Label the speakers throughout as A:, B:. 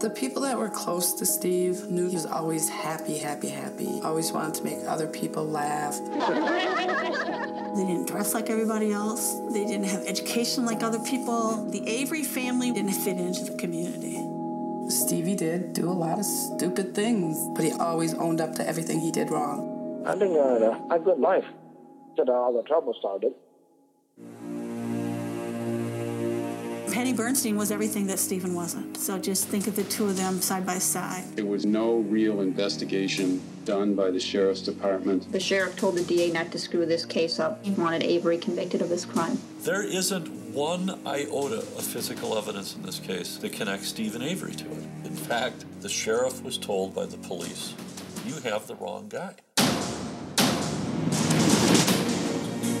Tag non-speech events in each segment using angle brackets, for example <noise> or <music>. A: The people that were close to Steve knew he was always happy, happy, happy. Always wanted to make other people laugh.
B: They didn't dress like everybody else. They didn't have education like other people. The Avery family didn't fit into the community.
A: Stevie did do a lot of stupid things, but he always owned up to everything he did wrong.
C: I think I had a, a good life till all the trouble started.
B: Penny Bernstein was everything that Stephen wasn't. So just think of the two of them side by side.
D: There was no real investigation done by the sheriff's department.
E: The sheriff told the DA not to screw this case up. He wanted Avery convicted of this crime.
F: There isn't one iota of physical evidence in this case that connects Stephen Avery to it. In fact, the sheriff was told by the police, you have the wrong guy.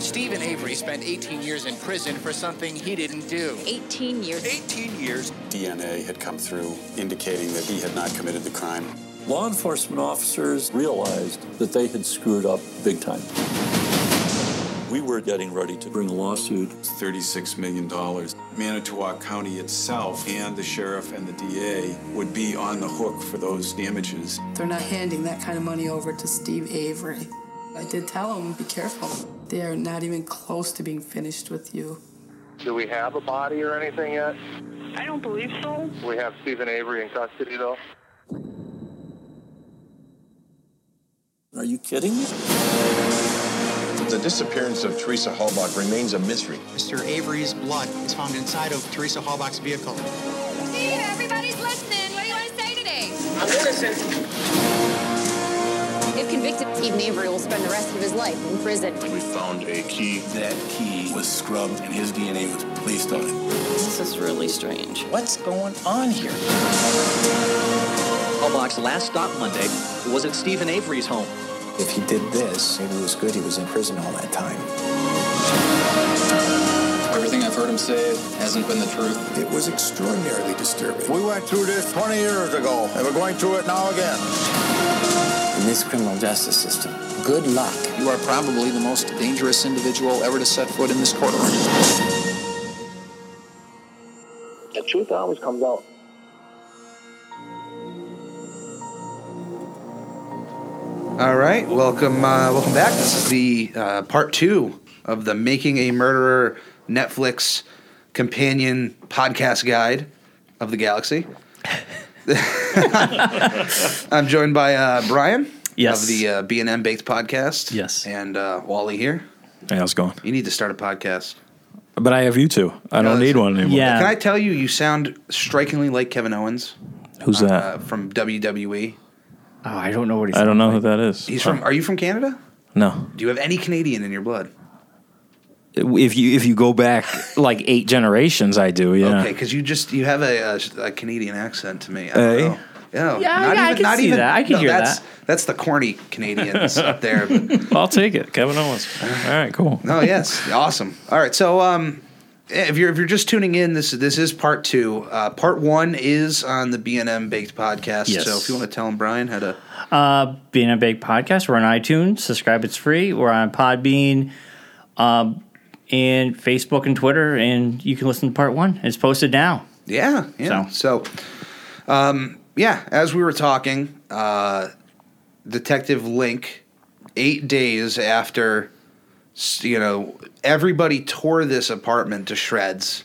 G: Stephen Avery spent 18 years in prison for something he didn't do.
E: 18 years.
G: 18 years?
D: DNA had come through indicating that he had not committed the crime.
F: Law enforcement officers realized that they had screwed up big time. We were getting ready to bring a lawsuit.
H: It's $36 million. Manitowoc County itself and the sheriff and the DA would be on the hook for those damages.
A: They're not handing that kind of money over to Steve Avery. I did tell him, be careful. They are not even close to being finished with you.
I: Do we have a body or anything yet?
J: I don't believe so.
I: We have Stephen Avery in custody, though.
F: Are you kidding me?
K: The disappearance of Teresa Halbach remains a mystery.
G: Mr. Avery's blood is found inside of Teresa Halbach's vehicle.
L: Steve, everybody's listening. What do you want to say today?
M: I'm innocent.
E: If convicted, Stephen Avery will spend the rest of his life in prison.
N: We found a key.
O: That key was scrubbed and his DNA was placed on it.
P: This is really strange.
Q: What's going on here?
R: Hallbach's last stop Monday was at Stephen Avery's home.
S: If he did this, maybe it was good he was in prison all that time.
T: Everything I've heard him say hasn't been the truth.
S: It was extraordinarily disturbing.
E: We went through this 20 years ago, and we're going through it now again
C: in this criminal justice system. Good luck.
T: You are probably the most dangerous individual ever to set foot in this courtroom.
C: The truth always comes out.
J: All right, welcome, uh, welcome back. This is the uh, part two of the "Making a Murderer" Netflix companion podcast guide of the galaxy. <laughs> I'm joined by uh, Brian.
U: Yes.
J: Of the uh, B&M Baked podcast.
U: Yes.
J: And uh, Wally here.
V: Hey, how's it going?
J: You need to start a podcast.
V: But I have you two. I don't need one anymore.
U: Yeah.
J: Can I tell you, you sound strikingly like Kevin Owens.
V: Who's that?
J: From
E: E?
J: WWE.
U: Oh, I don't know what he's.
V: I don't know like. who that is.
J: He's from. Are you from Canada?
V: No.
J: Do you have any Canadian in your blood?
V: if you if you go back like eight generations, I do. Yeah.
J: Okay, because you just you have a, a, a, Canadian accent to me. I
V: hey.
J: Know. Yeah,
U: yeah, not yeah, even, I can not see even, that. I can no, hear
J: that's,
U: that.
J: That's the corny
U: <laughs>
J: Canadians up there. But.
V: I'll take it, Kevin Owens. All right, cool.
J: no, yes, awesome. All right, so um, if you're if you're just tuning in, this this is part two. Uh, part one is on the B and M Baked podcast.
U: Yes.
J: So if you want to tell them, Brian, how to
U: uh, B and M Baked podcast, we're on iTunes. Subscribe, it's free. We're on Podbean. Um, and Facebook and Twitter, and you can listen to part one. It's posted now.
J: Yeah, yeah. So, so um, yeah, as we were talking, uh, Detective Link, eight days after, you know, everybody tore this apartment to shreds.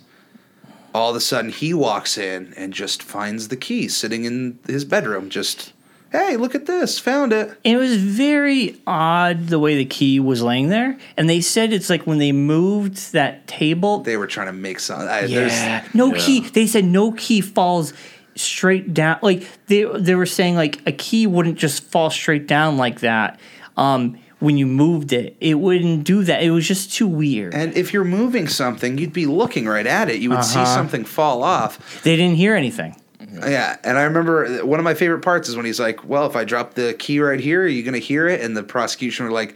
J: All of a sudden, he walks in and just finds the key sitting in his bedroom, just hey, look at this, found it.
U: It was very odd the way the key was laying there. And they said it's like when they moved that table.
J: They were trying to make something.
U: yeah. No yeah. key. They said no key falls straight down. Like they, they were saying like a key wouldn't just fall straight down like that. Um, when you moved it, it wouldn't do that. It was just too weird.
J: And if you're moving something, you'd be looking right at it. You would uh-huh. see something fall off.
U: They didn't hear anything.
J: Yeah, and I remember one of my favorite parts is when he's like, "Well, if I drop the key right here, are you going to hear it?" And the prosecution were like,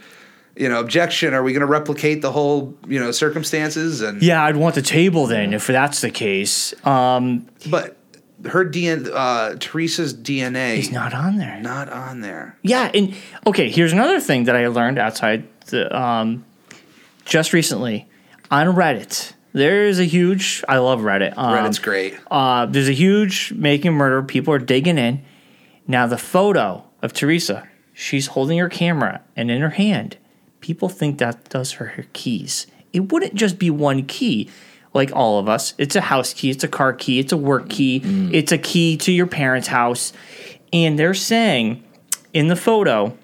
J: "You know, objection. Are we going to replicate the whole, you know, circumstances?" And
U: yeah, I'd want the table then if that's the case. Um,
J: but her DNA, uh, Teresa's DNA
U: is not on there.
J: Not on there.
U: Yeah, and okay, here's another thing that I learned outside the um, just recently on Reddit there's a huge. I love Reddit.
E: Um, Reddit's great.
U: Uh, there's a huge making murder. People are digging in. Now the photo of Teresa, she's holding her camera, and in her hand, people think that does her her keys. It wouldn't just be one key, like all of us. It's a house key. It's a car key. It's a work key. Mm. It's a key to your parents' house, and they're saying in the photo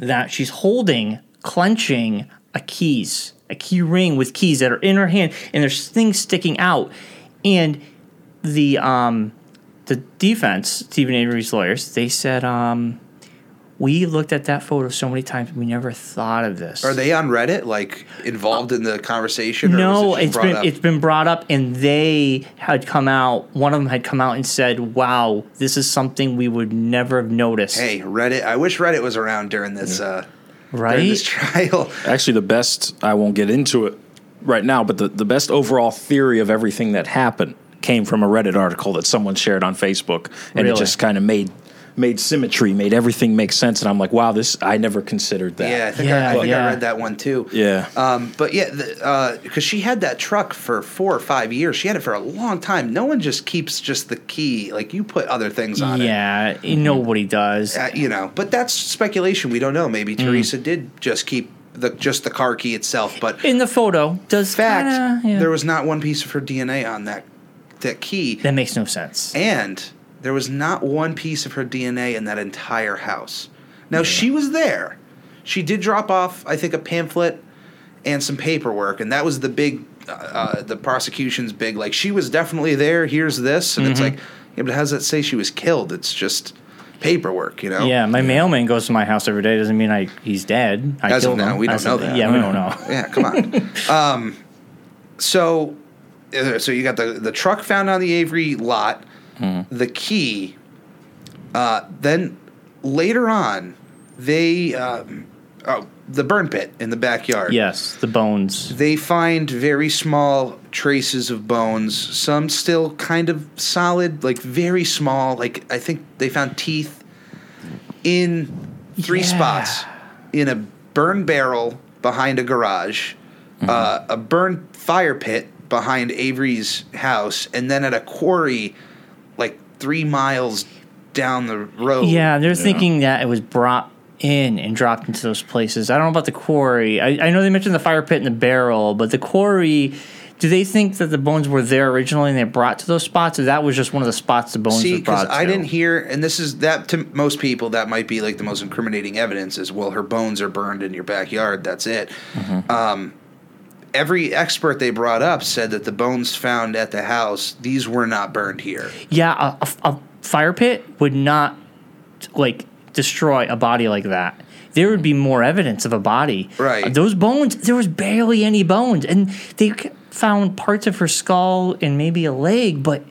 U: that she's holding, clenching a keys a key ring with keys that are in her hand and there's things sticking out and the um the defense stephen avery's lawyers they said um we looked at that photo so many times we never thought of this
E: are they on reddit like involved uh, in the conversation
U: no it has been up? it's been brought up and they had come out one of them had come out and said wow this is something we would never have noticed
E: hey reddit i wish reddit was around during this yeah. uh <laughs> right? this trial.
V: Actually, the best, I won't get into it right now, but the, the best overall theory of everything that happened came from a Reddit article that someone shared on Facebook. And really? it just kind of made made symmetry, made everything make sense. And I'm like, wow, this, I never considered that.
E: Yeah, I think, yeah, I, I, think yeah. I, read that one too.
V: Yeah.
E: Um, but yeah, because uh, she had that truck for four or five years. She had it for a long time. No one just keeps just the key. Like you put other things on
U: yeah,
E: it.
U: Yeah, nobody does.
E: Uh, you know, but that's speculation. We don't know. Maybe mm. Teresa did just keep the just the car key itself. But
U: in the photo, does
E: fact kinda, there was not one piece of her DNA on that that key.
U: That makes no sense.
E: And there was not one piece of her DNA in that entire house. Now yeah. she was there. She did drop off, I think, a pamphlet and some paperwork, and that was the big, uh, the prosecution's big like she was definitely there. Here's this, and mm-hmm. it's like, yeah, but how does that say she was killed? It's just paperwork, you know.
U: Yeah, my yeah. mailman goes to my house every day. Doesn't mean I he's dead. I
E: As
U: killed
E: now,
U: him.
E: we don't As know that. Uh.
U: Yeah, we don't know.
E: <laughs> Yeah, come on.
U: <laughs>
E: um, so, uh, so you got the the truck found on the Avery lot.
U: Hmm.
E: Mm. the key. Uh, then later on, they um, oh, the burn pit in the backyard.
U: Yes, the bones.
E: They find very small traces of bones. Some still kind of solid, like very small. Like I think they found teeth in three yeah. spots in a burn barrel behind a garage, mm-hmm. uh, a burn fire pit behind Avery's house, and then at a quarry like three miles down the road.
U: Yeah, they're thinking know? that it was brought in and dropped into those places. I don't know about the quarry. I, I, know they mentioned the fire pit and the barrel, but the quarry. Do they think that the bones were there originally and they brought to those spots, or that was just one of the spots the bones
E: See,
U: were brought to?
E: I didn't hear, and this is that to most people that might be like the most incriminating evidence is well, her bones are burned in your backyard. That's it. Mm-hmm. Um, every expert they brought up said that the bones found at the house these were not burned here.
U: Yeah, a, a, a, fire pit would not like destroy a body like that. There would be more evidence of a body.
E: Right.
U: Those bones, there was barely any bones, and they found parts of her skull and maybe a leg, but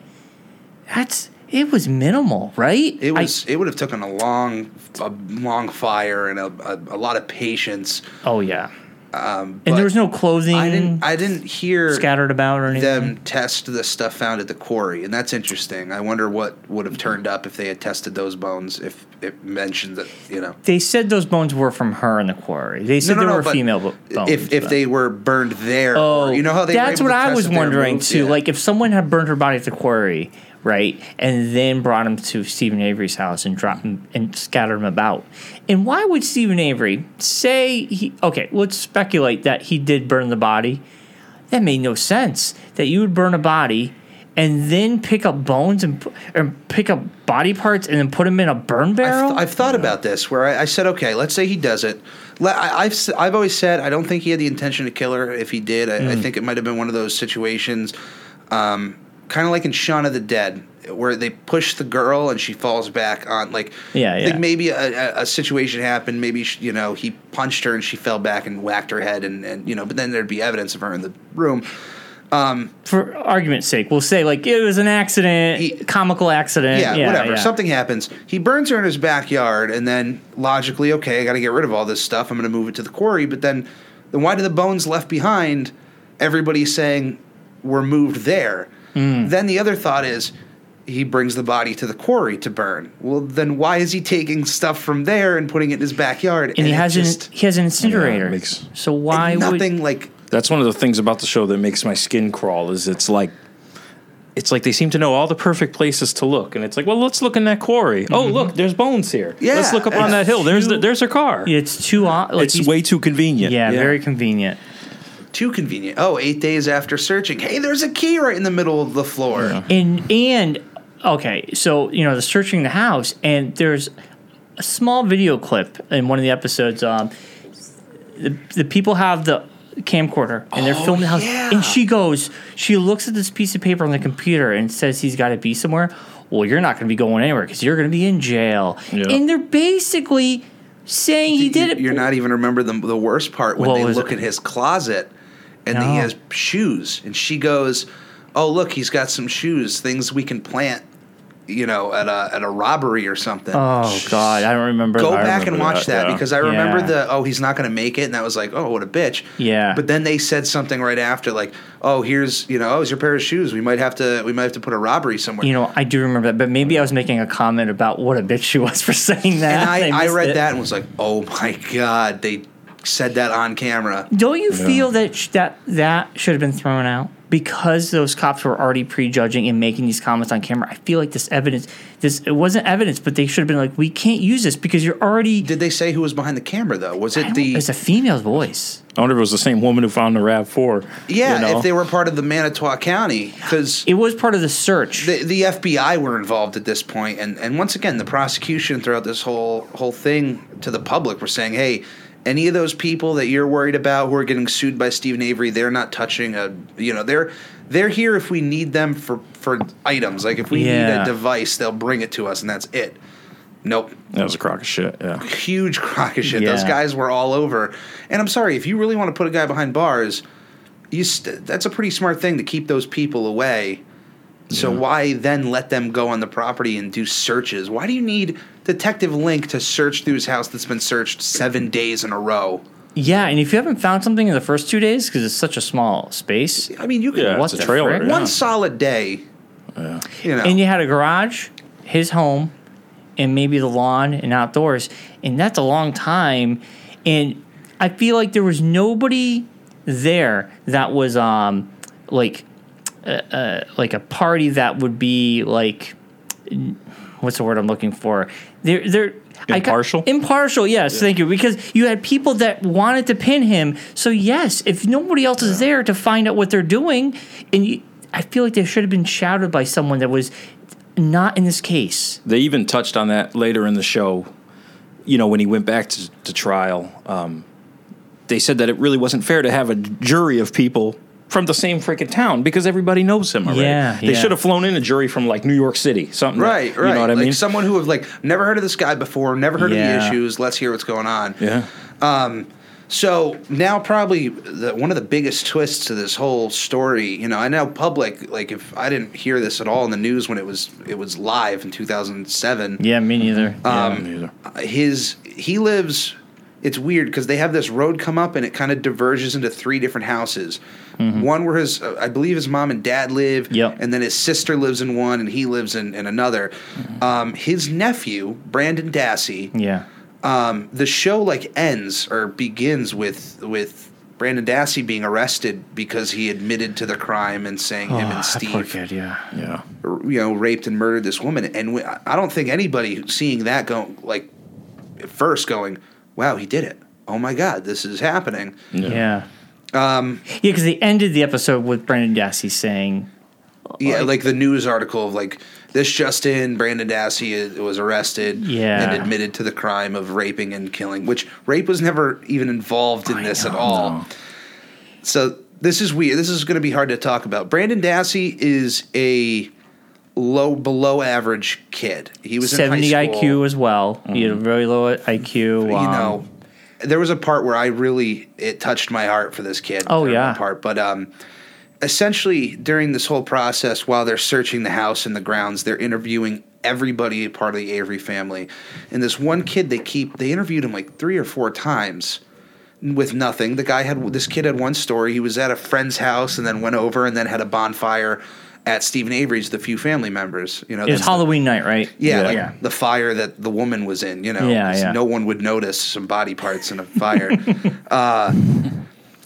U: that's it was minimal, right?
E: It was. I, it would have taken a long, a long fire and a, a lot of patience.
U: Oh yeah. Um, and there was no clothing.
E: I didn't. I didn't hear
U: scattered about or anything.
E: Them test the stuff found at the quarry, and that's interesting. I wonder what would have turned up if they had tested those bones. If it mentioned that, you know,
U: they said those bones were from her in the quarry. They said no, no, they no, were female bones.
E: If if but. they were burned there, oh, or, you know how they.
U: That's what I was wondering too. Yeah. Like if someone had burned her body at the quarry, right, and then brought him to Stephen Avery's house and dropped him and scattered him about. And why would Stephen Avery say he? Okay, let's speculate that he did burn the body. That made no sense. That you would burn a body and then pick up bones and, and pick up body parts and then put them in a burn
E: I've,
U: barrel.
E: th- I've thought yeah. about this where I, I, said, okay, let's say he does it. Le- I, have I've always said I don't think he had the intention to kill her. If he did, I, mm. I think it might have been one of those situations. Um, kind of like in Shaun of the Dead, where they push the girl and she falls back on like
U: yeah, yeah.
E: Like maybe a, a, a, situation happened. Maybe she, you know he punched her and she fell back and whacked her head and and you know, but then there'd be evidence of her in the room. Um,
U: For argument's sake, we'll say like it was an accident, he, comical accident.
E: Yeah, yeah whatever. Something happens. He burns her in his backyard, and then logically, okay, I got to get rid of all this stuff. I'm going to move it to the quarry. But then, then why do the bones left behind? Everybody's saying were moved there. Mm. Then the other thought is he brings the body to the quarry to burn. Well, then why is he taking stuff from there and putting it in his backyard?
U: And, and he has just, an he has an incinerator. Yeah, makes, so why
E: nothing
U: would,
E: like
V: That's one of the things about the show that makes my skin crawl. Is it's like it's like they seem to know all the perfect places to look, and it's like, well, let's look in that quarry. Mm-hmm. Oh, look, there's bones here. Yeah, let's look up on that hill. There's too, the, there's a car.
U: It's too like
V: it's way too convenient.
U: Yeah, yeah, very convenient.
J: Too convenient. Oh, eight days after searching, hey, there's a key right in the middle of the floor. Yeah.
U: And and okay, so you know they're searching the house, and there's a small video clip in one of the episodes. Um, the, the people have the camcorder and they're oh, filming the house. Yeah. And she goes, she looks at this piece of paper on the computer and says he's got to be somewhere. Well, you're not going to be going anywhere because you're going to be in jail. Yeah. And they're basically saying he
J: you,
U: did it.
J: You're not even remember the, the worst part when well, they look it? in his closet and no. he
V: Oh.
J: has shoes. And she goes, Oh, look, he's got some shoes, things we can plant. You know, at a at a robbery or something.
U: Oh God, I don't remember.
J: Go
U: I
J: back
U: remember
J: and watch that, that yeah. because I remember yeah. the oh he's not going to make it, and that was like oh what a bitch.
U: Yeah.
J: But then they said something right after like oh here's you know oh it's your pair of shoes we might have to we might have to put a robbery somewhere.
U: You know I do remember that, but maybe I was making a comment about what a bitch she was <laughs> for saying that.
J: And I, I, I read it. that and was like oh
E: <laughs>
J: my God they said that on camera.
U: Don't you yeah. feel that sh- that that should have been thrown out? because those cops were already prejudging and making these comments on camera, I feel like this evidence, this it wasn't evidence, but they should have been like, we can't use this because you're already.
J: Did they say who was behind the camera though? Was it the?
U: It's a female voice.
V: I wonder if it was the same woman who found the Rav Four.
J: Yeah, you know? if they were part of the Manitowoc County, because
U: it was part of the search.
J: The, the FBI were involved at this point, and and once again, the prosecution throughout this whole whole thing to the public were saying, hey any of those people that you're worried about who are getting sued by Stephen Avery, they're not touching a you know, they're they're here if we need them for for items. Like if we yeah. need a device, they'll bring it to us and that's it. Nope.
V: That was a crock of shit. Yeah.
J: Huge crock of shit. Yeah. Those guys were all over. And I'm sorry, if you really want to put a guy behind bars, you st- that's a pretty smart thing to keep those people away. So yeah. why then let them go on the property and do searches? Why do you need Detective Link to search through his house that's been searched seven days in a row?
U: Yeah, and if you haven't found something in the first two days, because it's such a small space,
J: I mean, you could yeah,
U: what the trailer, frick?
J: Yeah. one solid day.
U: Yeah. You know. And you had a garage, his home, and maybe the lawn and outdoors, and that's a long time. And I feel like there was nobody there that was um like uh, uh, like a party that would be like what's the word I'm looking for? They're they're
V: impartial.
U: Got, impartial, yes, yeah. thank you. Because you had people that wanted to pin him. So yes, if nobody else yeah. is there to find out what they're doing, and you, I feel like they should have been shouted by someone that was not in this case.
V: They even touched on that later in the show. You know, when he went back to, to trial, um, they said that it really wasn't fair to have a jury of people from the same freaking town because everybody knows him already.
U: Yeah,
V: they
U: yeah.
V: should have flown in a jury from like New York City, something.
J: Right,
V: like, right. You know what I
J: like
V: mean?
J: Someone who have like never heard of this guy before, never heard yeah. of the issues. Let's hear what's going on.
V: Yeah.
J: Um, so now probably the, one of the biggest twists to this whole story. You know, I know public like if I didn't hear this at all in the news when it was it was live in 2007.
U: Yeah, me neither.
J: Um,
V: me neither.
J: His he lives it's weird because they have this road come up and it kind of diverges into three different houses. Mm-hmm. One where his, uh, I believe his mom and dad live,
U: yep.
J: and then his sister lives in one and he lives in, in another. Mm-hmm. Um, his nephew, Brandon Dassey.
U: Yeah.
J: Um, the show like ends or begins with with Brandon Dassey being arrested because he admitted to the crime and saying oh, him and Steve,
U: Ah, kid, yeah,
V: yeah,
J: you know, raped and murdered this woman. And we, I don't think anybody seeing that going like at first going wow, he did it. Oh my God, this is happening.
U: Yeah.
J: Yeah, um,
U: because yeah, they ended the episode with Brandon Dassey saying.
J: Yeah, like, like, the news article of like this Justin Brandon Dassey is, was arrested
U: yeah.
J: and admitted to the crime of raping and killing, which rape was never even involved in I this at all. Know. So this is weird. This is going to be hard to talk about. Brandon Dassey is a low below average kid. He was
U: seventy
J: IQ
U: as well. Mm-hmm. He had a very low IQ.
J: You um, know, there was a part where I really it touched my heart for this kid.
U: Oh yeah,
J: part. But um, essentially during this whole process, while they're searching the house and the grounds, they're interviewing everybody part of the Avery family, and this one kid they keep they interviewed him like three or four times with nothing. The guy had this kid had one story. He was at a friend's house and then went over and then had a bonfire at Stephen Avery's the few family members. You know,
U: it was Halloween the, night, right?
J: Yeah, yeah. Like yeah, the fire that the woman was in. You know,
U: yeah, yeah. <laughs>
J: no one would notice some body parts in a fire. uh,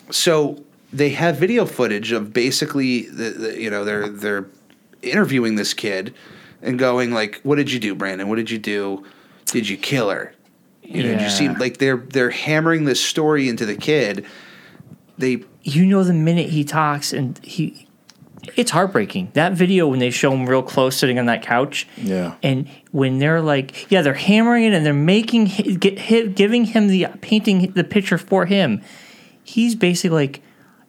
J: so they have video footage of basically, the, the, you know, they're they're interviewing this kid and going like, "What did you do, Brandon? What did you do? Did you kill her? You know, did you see like they're they're hammering this story into the kid. They
U: you know the minute he talks and he it's heartbreaking that video when they show him real close sitting on that couch
J: yeah
U: and when they're like yeah they're hammering it and they're making hi- get hi- giving him the painting the picture for him he's basically like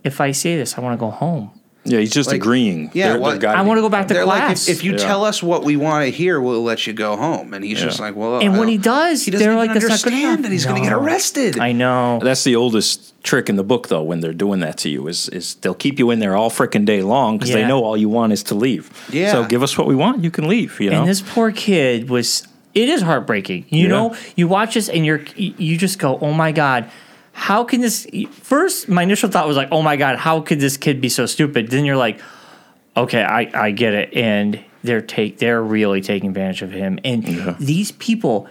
U: if i say this i want to go home
V: yeah he's just
J: Like,
V: agreeing
J: yeah,
V: They're-
J: well,
V: they've gotta
U: I
V: be-
U: wanna go back to
J: they're like,
U: class.
J: if, if you
U: Yeah.
J: tell us what we want to hear, we'll let you go home. And he's just like, well,
U: and
J: I
U: when he
J: don't-
U: does
J: he doesn't
U: they're
J: even
U: like that's not good
J: understand
U: enough.
J: that he's going to get
U: No.
J: arrested.
U: i know
V: That's the oldest trick in the book, though. When they're doing that to you, is is they'll keep you in there all frickin' day long because they
U: Yeah.
V: know all you want is to leave.
U: Yeah.
V: So give us what we want. You can leave. You know.
U: And this poor kid was. It is heartbreaking. You
V: Yeah.
U: know, you watch this and you're you just go, oh my god. How can this? First, my initial thought was like, "Oh my god, how could this kid be so stupid?" Then you're like, "Okay, I, I get it." And they're take they're really taking advantage of him. And these people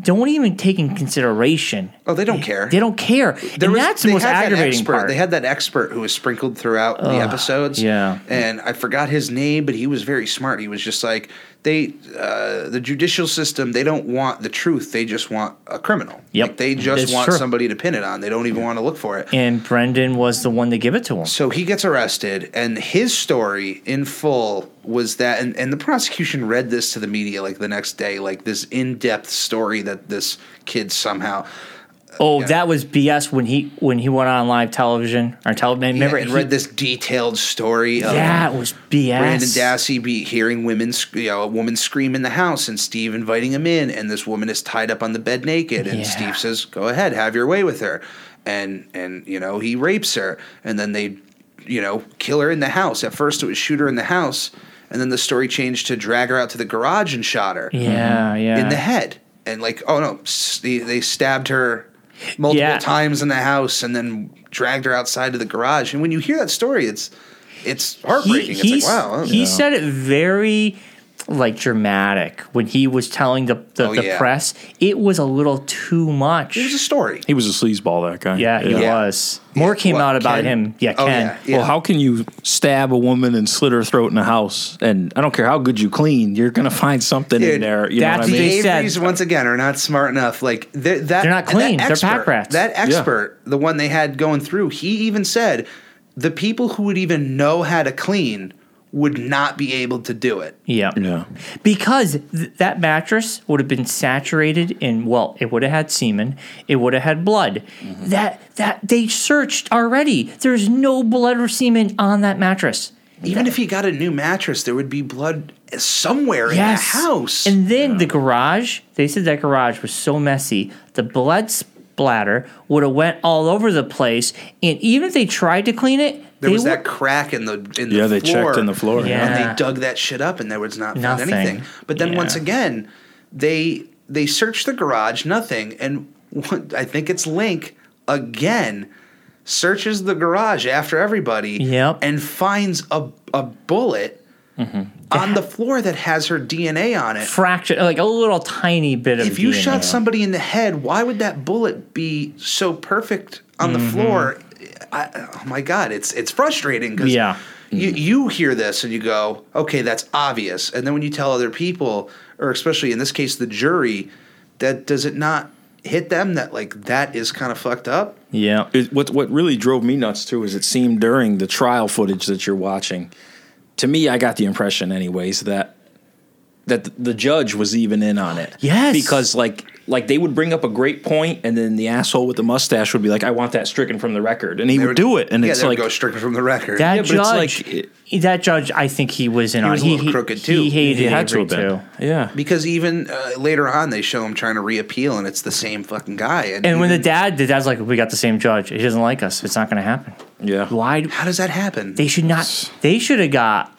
U: don't even take in consideration.
J: Oh, they don't care.
U: They don't care.
J: There
U: and
J: was-
U: that's the
J: they
U: most
J: had that
U: aggravating
J: expert.
U: part.
J: They had that expert who was sprinkled throughout the
U: Ugh,
J: episodes.
U: yeah.
J: and I forgot his name, but he was very smart. He was just like they, uh, the judicial system. They don't want the truth. They just want a criminal.
U: Yep.
J: Like, they just
U: It's
J: want
U: true.
J: somebody to pin it on. They don't even want to look for it.
U: and Brendan was the one to give it to him.
J: So he gets arrested, and his story in full was that, and, and the prosecution read this to the media like the next day, like this in depth story that this kid somehow.
U: Oh, that was BS when he when he went on live television or television. Remember,
J: yeah, and
U: he-
J: read this detailed story of
U: That was BS.
J: Brandon Dassey be hearing women, sc- you know, a woman scream in the house, and Steve inviting him in, and this woman is tied up on the bed naked, and
U: Yeah.
J: Steve says, "Go ahead, have your way with her," and and you know he rapes her, and then they, you know, kill her in the house. At first, it was shoot her in the house, and then the story changed to drag her out to the garage and shot her,
U: Yeah, yeah.
J: Mm-hmm. in the head, and like, oh no, s- they, they stabbed her multiple
U: Yeah.
J: times in the house, and then dragged her outside to the garage. And when you hear that story, it's it's heartbreaking.
U: he,
J: it's like wow.
U: he said it very like dramatic when he was telling the the,
J: Oh,
U: the
J: yeah.
U: press. It was a little too much.
J: It was a story.
V: He was a sleazeball, that guy.
U: Yeah, he was. More came out about him. Yeah,
J: Oh,
U: Ken.
V: Well, how can you stab a woman and slit her throat in a house? And I don't care how good you clean, you're going to find something in there. You know what I mean?
J: The Averys, once again, are not smart enough. Like they're, that,
U: They're not
J: that
U: clean. They're
J: expert-
U: pack rats.
J: That
U: Yeah.
J: expert, the one they had going through, he even said the people who would even know how to clean would not be able to do it.
U: Yeah.
V: Yeah.
U: Because th- that mattress would have been saturated in well, it would have had semen, it would have had blood.
J: Mm-hmm.
U: That that they searched already. There's no blood or semen on that mattress.
J: Even if he got a new mattress, there would be blood somewhere
U: Yes.
J: in the house.
U: And then the garage, they said that garage was so messy, the blood splatter would have went all over the place and even if they tried to clean it,
J: There
U: they
J: was
U: would,
J: that crack in the in the
V: Yeah, they checked
J: floor,
V: in the floor, yeah.
J: and
U: Yeah.
J: they dug that shit up, and there was not found
U: Nothing.
J: anything. But then
U: Yeah.
J: once again, they they searched the garage, nothing, and one- I think it's Link again searches the garage after everybody,
U: Yep.
J: and finds a a bullet.
V: Mm-hmm.
J: On the floor that has her DNA on it.
U: fraction like a little tiny bit of
J: If you
U: DNA.
J: shot somebody in the head, why would that bullet be so perfect on
U: Mm-hmm.
J: the floor? I, oh my god, it's it's frustrating because
U: Yeah. Mm.
J: you, you hear this and you go, okay, that's obvious. And then when you tell other people, or especially in this case, the jury, that does it not hit them that like that is kind of fucked up?
U: Yeah.
V: It, what what really drove me nuts too is it seemed during the trial footage that you're watching. To me, I got the impression, anyways, that that the judge was even in on it.
U: Yes.
V: because like like they would bring up a great point, and then the asshole with the mustache would be like, "I want that stricken from the record," and he would, do it, and
J: yeah,
V: it's
J: they would
V: like
J: go stricken from the record.
U: That
V: Yeah, but it's
U: judge, that judge, I think he was in
J: He
U: on.
J: was a
U: he,
J: little
U: he-
J: crooked, too.
U: He hated
J: He had to
U: Avery
J: have been.
U: too.
V: yeah,
J: because even uh, later on, they show him trying to reappeal, and it's the same fucking guy.
U: And when the
J: even-
U: dad, the dad's like, "We got the same judge. He doesn't like us. It's not going to happen."
V: yeah,
U: Why?
J: how does that happen?
U: They should not. They should have got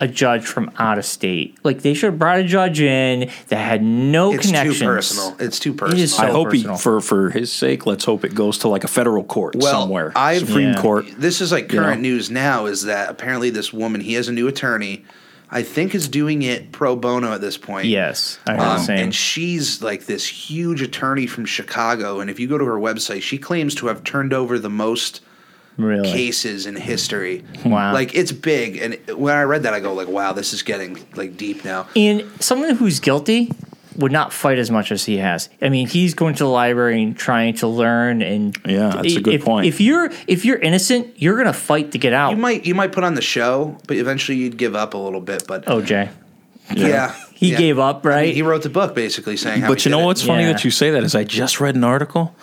U: a judge from out of state. Like they should have brought a judge in that had no
J: it's
U: connections.
J: too personal. It's too personal.
U: It is
V: I
U: so
V: hope
U: personal.
V: he for for his sake. Let's hope it goes to like a federal court
J: Well,
V: somewhere,
J: I've-
V: Supreme
U: Yeah.
V: Court.
J: This is like
V: You
J: current
V: know?
J: news now is that apparently this woman, he has a new attorney, I think is doing it pro bono at this point.
U: Yes, I heard the
J: Um,
U: same.
J: and she's like this huge attorney from Chicago. And if you go to her website, she claims to have turned over the most really? cases in history.
U: Wow.
J: Like it's big and when I read that I go like wow, this is getting like deep now.
U: And someone who's guilty would not fight as much as he has. I mean, he's going to the library and trying to learn. And
V: yeah, that's a good
U: if,
V: point.
U: If you're if you're innocent, you're going to fight to get out.
J: You might you might put on the show, but eventually you'd give up a little bit. But
U: OJ, Oh, yeah,
J: yeah.
U: he
J: yeah.
U: gave up, right? I mean,
J: he wrote the book basically saying.
V: but you know what's
J: it.
V: funny yeah. that you say that is I just read an article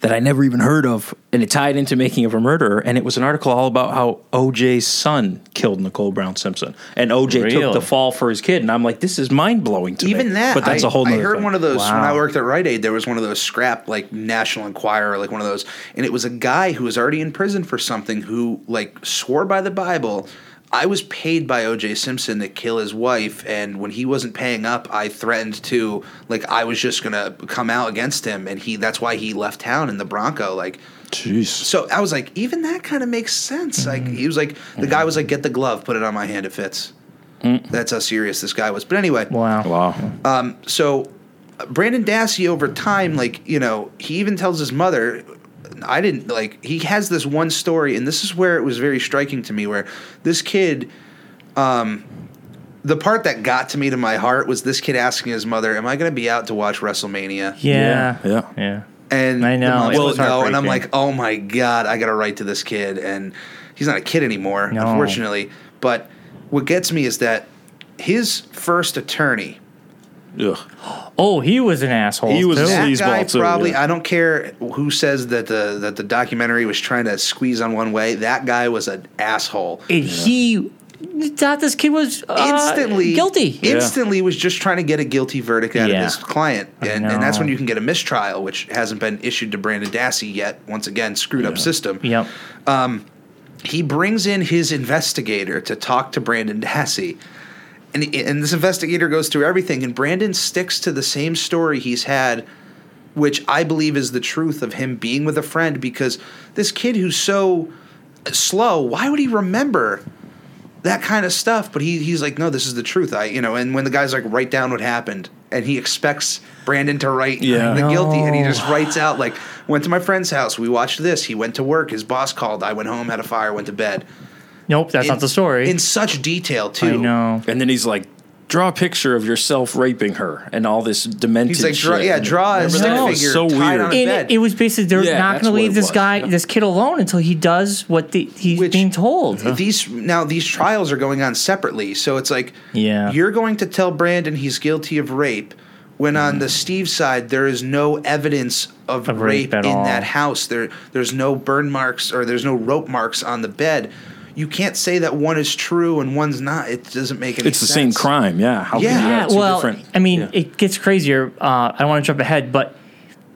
V: that I never even heard of, and it tied into Making of a Murderer, and it was an article all about how OJ's son killed Nicole Brown Simpson, and OJ really? took the fall for his kid, and I'm like, this is mind blowing to
J: even
V: me.
J: that.
V: But that's
J: I,
V: a whole.
J: I heard
V: thing.
J: one of those wow. when I worked at Rite Aid. There was one of those scrap like National Enquirer, like one of those, and it was a guy who was already in prison for something who like swore by the Bible. I was paid by OJ Simpson to kill his wife, and when he wasn't paying up, I threatened to like I was just gonna come out against him, and he that's why he left town in the Bronco. Like,
V: jeez.
J: So I was like, even that kind of makes sense. Mm-hmm. Like
V: Mm.
J: he was like the guy was like, get the glove, put it on my hand, it fits. Mm. That's how serious this guy was. But anyway,
U: wow,
V: wow.
J: Um, so Brandon Dassey over time, like you know, he even tells his mother I didn't like he has this one story and this is where it was very striking to me where this kid um the part that got to me to my heart was this kid asking his mother, "Am I going to be out to watch WrestleMania?"
U: Yeah.
V: Yeah. Yeah.
U: yeah.
J: And
U: I know.
J: Well, no, and I'm like, "Oh my god, I got to write to this kid." And he's not a kid anymore, no. unfortunately, but what gets me is that his first attorney
V: Ugh.
U: Oh, he was an asshole.
V: He was
J: too.
V: a
J: that guy
V: too,
J: probably.
V: Yeah.
J: I don't care who says that the that the documentary was trying to squeeze on one way. That guy was an asshole.
U: And yeah. he thought this kid was uh,
J: instantly
U: guilty.
J: Instantly yeah. was just trying to get a guilty verdict out of his client, and, and, that's when you can get a mistrial, which hasn't been issued to Brandon Dassey yet. Once again, screwed up system.
U: Yep.
J: Um, he brings in his investigator to talk to Brandon Dassey. And, and this investigator goes through everything and Brandon sticks to the same story he's had which I believe is the truth of him being with a friend because this kid who's so slow why would he remember that kind of stuff but he he's like no this is the truth I you know and when the guy's like write down what happened and he expects Brandon to write
V: yeah.
J: the
V: no.
J: guilty and he just writes out like went to my friend's house we watched this he went to work his boss called I went home had a fire went to bed
U: Nope, that's
J: in,
U: not the story.
J: In such detail, too.
U: I know.
V: And then he's like, draw a picture of yourself raping her and all this demented
J: He's like, draw,
V: shit.
J: yeah, draw a stick
V: no,
J: figure
V: so
J: tied
V: weird.
J: on a
U: And
J: bed.
U: it was basically they're
V: Yeah,
U: not
V: that's
U: going to
V: what
U: leave
V: it
U: this
V: was.
U: guy, this kid alone until he does what the, he's
J: Which-
U: being told.
J: these now these trials are going on separately, so it's like
U: Yeah.
J: you're going to tell Brandon he's guilty of rape, when on the Steve side there is no evidence of,
U: Mm. Of rape at
J: in
U: all.
J: that house. There there's no burn marks or there's no rope marks on the bed. You can't say that one is true and one's not. It doesn't make any
V: It's the
J: sense.
V: same crime, yeah. How
J: Yeah.
V: can you
J: Yeah,
V: have two
U: well,
V: different-
U: I mean,
V: yeah.
U: it gets crazier. Uh, I don't want to jump ahead, but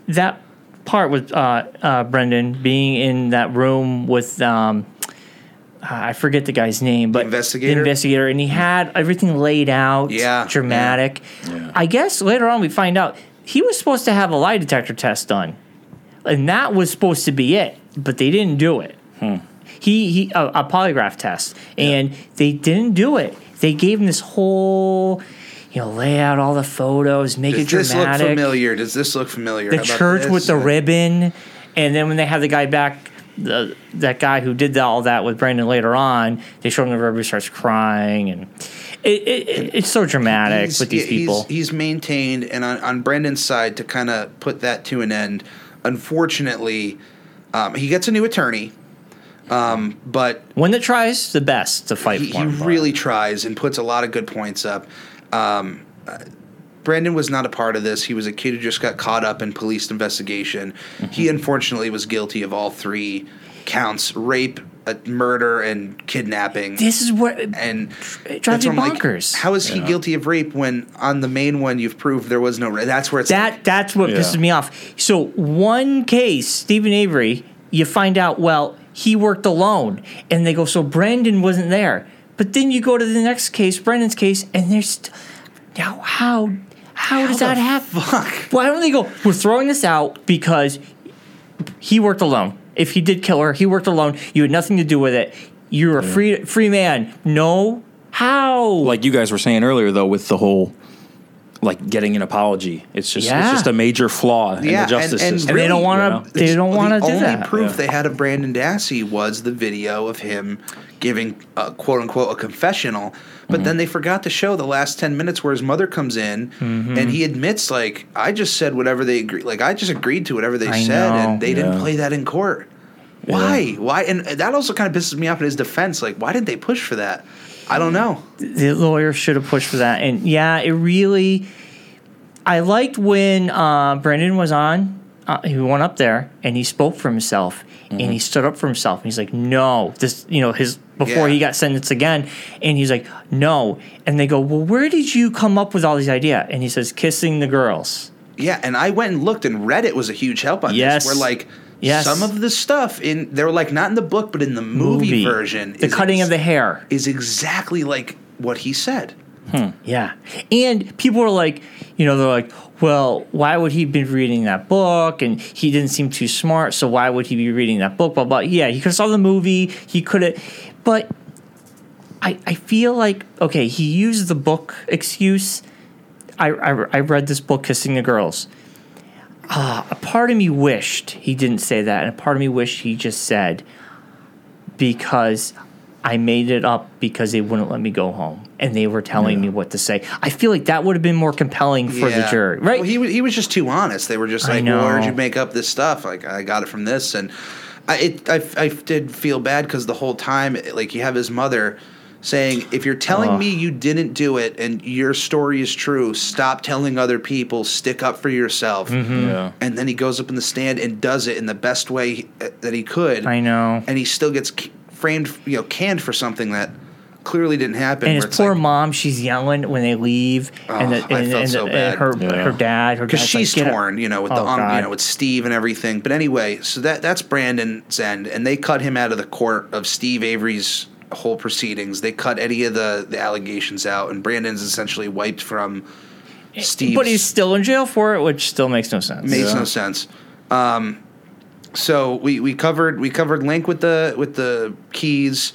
U: that part with uh, uh, Brendan being in that room with. Um, I forget the guy's name, but
J: investigator? Mm.
U: the investigator, and he had everything laid out,
J: Yeah,
U: dramatic. I guess later on we find out he was supposed to have a lie detector test done, and that was supposed to be it, but they didn't do it he he a, a polygraph test and they didn't do it they gave him this whole you know lay out all the photos make
J: Does
U: it
J: this look
U: dramatic
J: familiar? Does this look familiar?
U: the
J: How about
U: church with
J: this?
U: the ribbon and then when they had the guy back the, that guy who did all that with Brandon later on, they show him the ribbon, he starts crying, and it, it, it, it's so dramatic
J: He's-
U: with these
J: yeah,
U: people.
J: He's, he's maintained, and on, on Brendan's side, to kind of put that to an end, unfortunately, um, he gets a new attorney, um, but
U: One that tries the best to fight
J: he,
U: for
J: he
U: him, but-
J: really tries and puts a lot of good points up. Um, uh, Brandon was not a part of this. He was a kid who just got caught up in police investigation.
U: Mm-hmm.
J: He unfortunately was guilty of all three counts: rape, uh, murder, and kidnapping
U: This is what
J: and
U: it
J: that's
U: drives you
J: when I'm
U: bonkers.
J: Like, how is he
V: Yeah.
J: guilty of rape when on the main one you've proved there was no rape? That's where it's
U: that that's what
V: Yeah.
U: pisses me off. So one case, Stephen Avery, you find out well he worked alone, and they go so Brandon wasn't there. But then you go to the next case, Brandon's case, and there's st- now how how, does that happen? Why don't they go? We're throwing this out because he worked alone. If he did kill her, he worked alone. You had nothing to do with it. You're a free free man. No, how?
V: Like you guys were saying earlier, though, with the whole like getting an apology. It's just yeah. it's just a major flaw yeah, in the justice
U: and, and
V: system.
U: And they don't want to. You know? They don't want to do that.
J: The only proof yeah. they had of Brandon Dassey was the video of him giving a, quote unquote a confessional. But mm-hmm. then they forgot to show the last ten minutes where his mother comes in mm-hmm. and he admits like I just said whatever they agreed. Like I just agreed to whatever they I said, know. and they didn't play that in court. Why? Why? And that also kind of pisses me off in his defense. Like, why did they push for that? I don't know.
U: The lawyer should have pushed for that. And yeah, it really. I liked when uh, Brendan was on. Uh, he went up there and he spoke for himself mm-hmm. and he stood up for himself. And he's like, no, this, you know, his before yeah. he got sentenced again. And he's like, no. And they go, well, where did you come up with all these ideas? And he says, kissing the girls.
J: Yeah. And I went and looked, and Reddit was a huge help on yes. this. Where like, Yes. Some of the stuff in they're like not in the book, but in the movie, movie. version,
U: the cutting ex- of the hair
J: is exactly like what he said.
U: Hmm. Yeah, and people are like, you know, they're like, well, why would he be reading that book? And he didn't seem too smart, so why would he be reading that book? Blah blah. Yeah, he could have saw the movie. He could have, but I I feel like okay, he used the book excuse. I I, I read this book, Kissing the Girls. Uh, a part of me wished he didn't say that, and a part of me wished he just said, because I made it up because they wouldn't let me go home, and they were telling yeah. me what to say. I feel like that would have been more compelling for yeah. the jury, right?
J: Well, he he was just too honest. They were just like, well, "Where'd you make up this stuff?" Like, I got it from this, and I it, I, I did feel bad because the whole time, like, you have his mother saying, if you're telling oh. me you didn't do it and your story is true, stop telling other people, stick up for yourself.
U: Mm-hmm. Yeah.
J: And then he goes up in the stand and does it in the best way uh, that he could.
U: I know.
J: And he still gets framed, you know, canned for something that clearly didn't happen.
U: And his poor like, mom, she's yelling when they leave,
J: oh,
U: and, the, and,
J: and, so and,
U: her yeah. her dad,
J: because she's like, torn, you know, with oh, the um, you know with Steve and everything. But anyway, so that that's Brandon's end, and they cut him out of the court of Steve Avery's whole proceedings. They cut any of the, the allegations out, and Brandon's essentially wiped from Steve.
U: Eh, But he's still in jail for it, which still makes no sense.
J: Makes yeah. no sense. Um, so we, we covered we covered Link with the with the keys.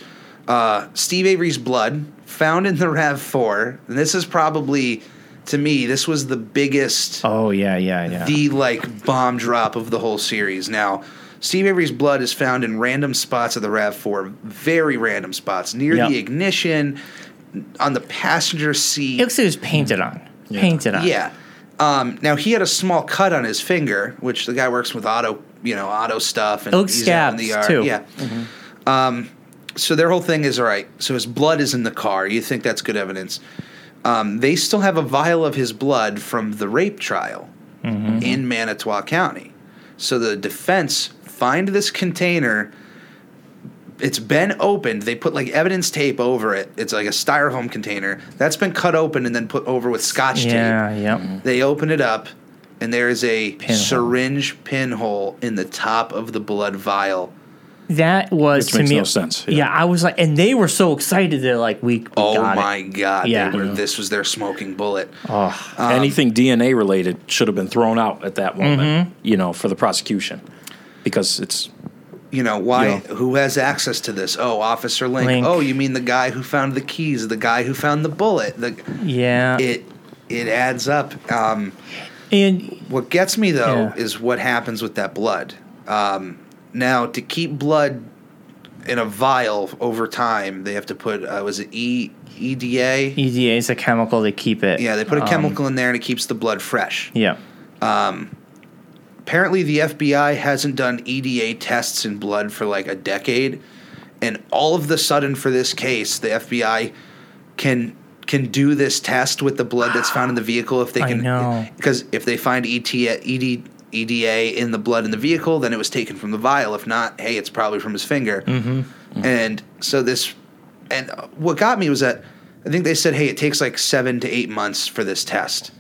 J: Uh, Steve Avery's blood found in the Rav Four, and this is probably to me this was the biggest.
U: Oh yeah, yeah, yeah.
J: The like bomb drop of the whole series. Now. Steve Avery's blood is found in random spots of the RAV4, very random spots, near yep. the ignition, on the passenger seat.
U: It looks like it was painted on. Yeah. Painted on.
J: Yeah. Um, now he had a small cut on his finger, which the guy works with auto, you know, auto stuff, and
U: it looks he's out in the yard. Too.
J: Yeah. Mm-hmm. Um, so their whole thing is all right. So his blood is in the car. You think that's good evidence? Um, they still have a vial of his blood from the rape trial mm-hmm. in Manitowoc County. So the defense find this container. It's been opened. They put like evidence tape over it. It's like a styrofoam container that's been cut open and then put over with scotch
U: yeah,
J: tape.
U: Yeah, yep.
J: They open it up, and there is a pinhole. syringe pinhole in the top of the blood vial.
U: That was
V: Which
U: to
V: makes
U: me
V: no sense.
U: Yeah. yeah. I was like, and they were so excited. They're like, we. we
J: oh
U: got
J: my
U: it.
J: god! Yeah. Were, yeah. this was their smoking bullet.
U: Oh.
V: Um, anything DNA related should have been thrown out at that moment. Mm-hmm. You know, for the prosecution because it's
J: you know why you know. who has access to this oh officer link. link. oh you mean the guy who found the keys the guy who found the bullet the
U: yeah
J: it it adds up um,
U: and
J: what gets me though yeah. is what happens with that blood um, now to keep blood in a vial over time they have to put uh, was it e EDA?
U: EDA is E a chemical to keep it.
J: Yeah, they put a um, chemical in there and it keeps the blood fresh.
U: Yeah
J: apparently the FBI hasn't done EDA tests in blood for like a decade, and all of the sudden for this case, the FBI can can do this test with the blood that's found in the vehicle if they
U: can
J: because if they find E ETA, ED, EDA E in the blood in the vehicle, then it was taken from the vial. If not, hey, it's probably from his finger.
U: Mm-hmm. Mm-hmm.
J: And so this, and what got me was that I think they said, hey, it takes like seven to eight months for this test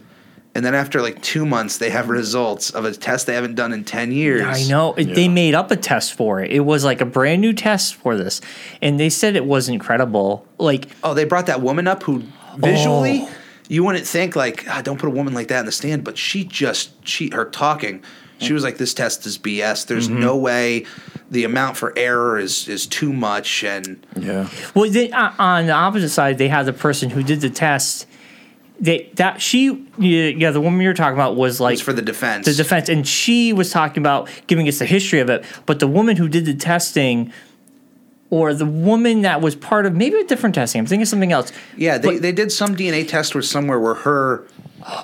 J: and then after like two months they have results of a test they haven't done in 10 years
U: i know yeah. they made up a test for it it was like a brand new test for this and they said it was incredible like
J: oh they brought that woman up who visually oh. you wouldn't think like ah, don't put a woman like that in the stand but she just she her talking she was like this test is bs there's mm-hmm. no way the amount for error is is too much and
V: yeah
U: well then, uh, on the opposite side they had the person who did the test they that she yeah the woman you're talking about was like was
J: for the defense
U: the defense and she was talking about giving us the history of it but the woman who did the testing or the woman that was part of maybe a different testing i'm thinking something else
J: yeah they, but, they did some dna test with somewhere where her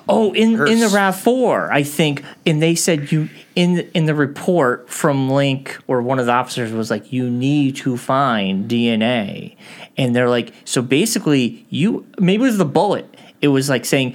U: oh in her in the rav4 i think and they said you in in the report from link or one of the officers was like you need to find dna and they're like so basically you maybe it was the bullet it was like saying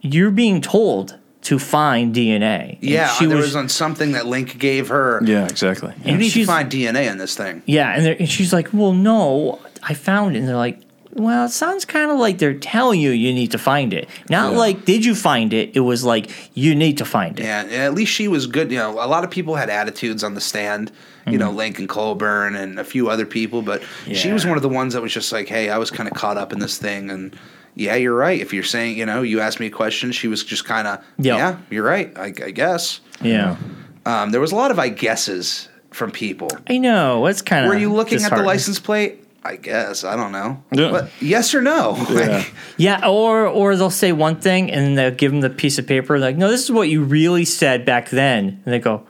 U: you're being told to find DNA.
J: And yeah, she was, was, on something that Link gave her.
V: Yeah, exactly.
J: Yeah. And you need find DNA in this thing.
U: Yeah, and, and, she's like, "Well, no, I found it." And they're like, "Well, it sounds kind of like they're telling you you need to find it, not yeah. like did you find it. It was like you need to find it."
J: Yeah, at least she was good. You know, a lot of people had attitudes on the stand. You mm-hmm. know, Link and Colburn and a few other people, but yeah. she was one of the ones that was just like, "Hey, I was kind of caught up in this thing and." yeah, you're right. If you're saying, you know, you asked me a question, she was just kind of, yep. yeah, you're right, I, I guess.
U: Yeah.
J: Um, there was a lot of I guesses from people.
U: I know. It's kind of.
J: Were you looking at the license plate? I guess I don't know. Yeah. But yes or no? <laughs>
U: Yeah. Like, yeah. Or or they'll say one thing and they'll give them the piece of paper. Like, no, this is what you really said back then, and they go,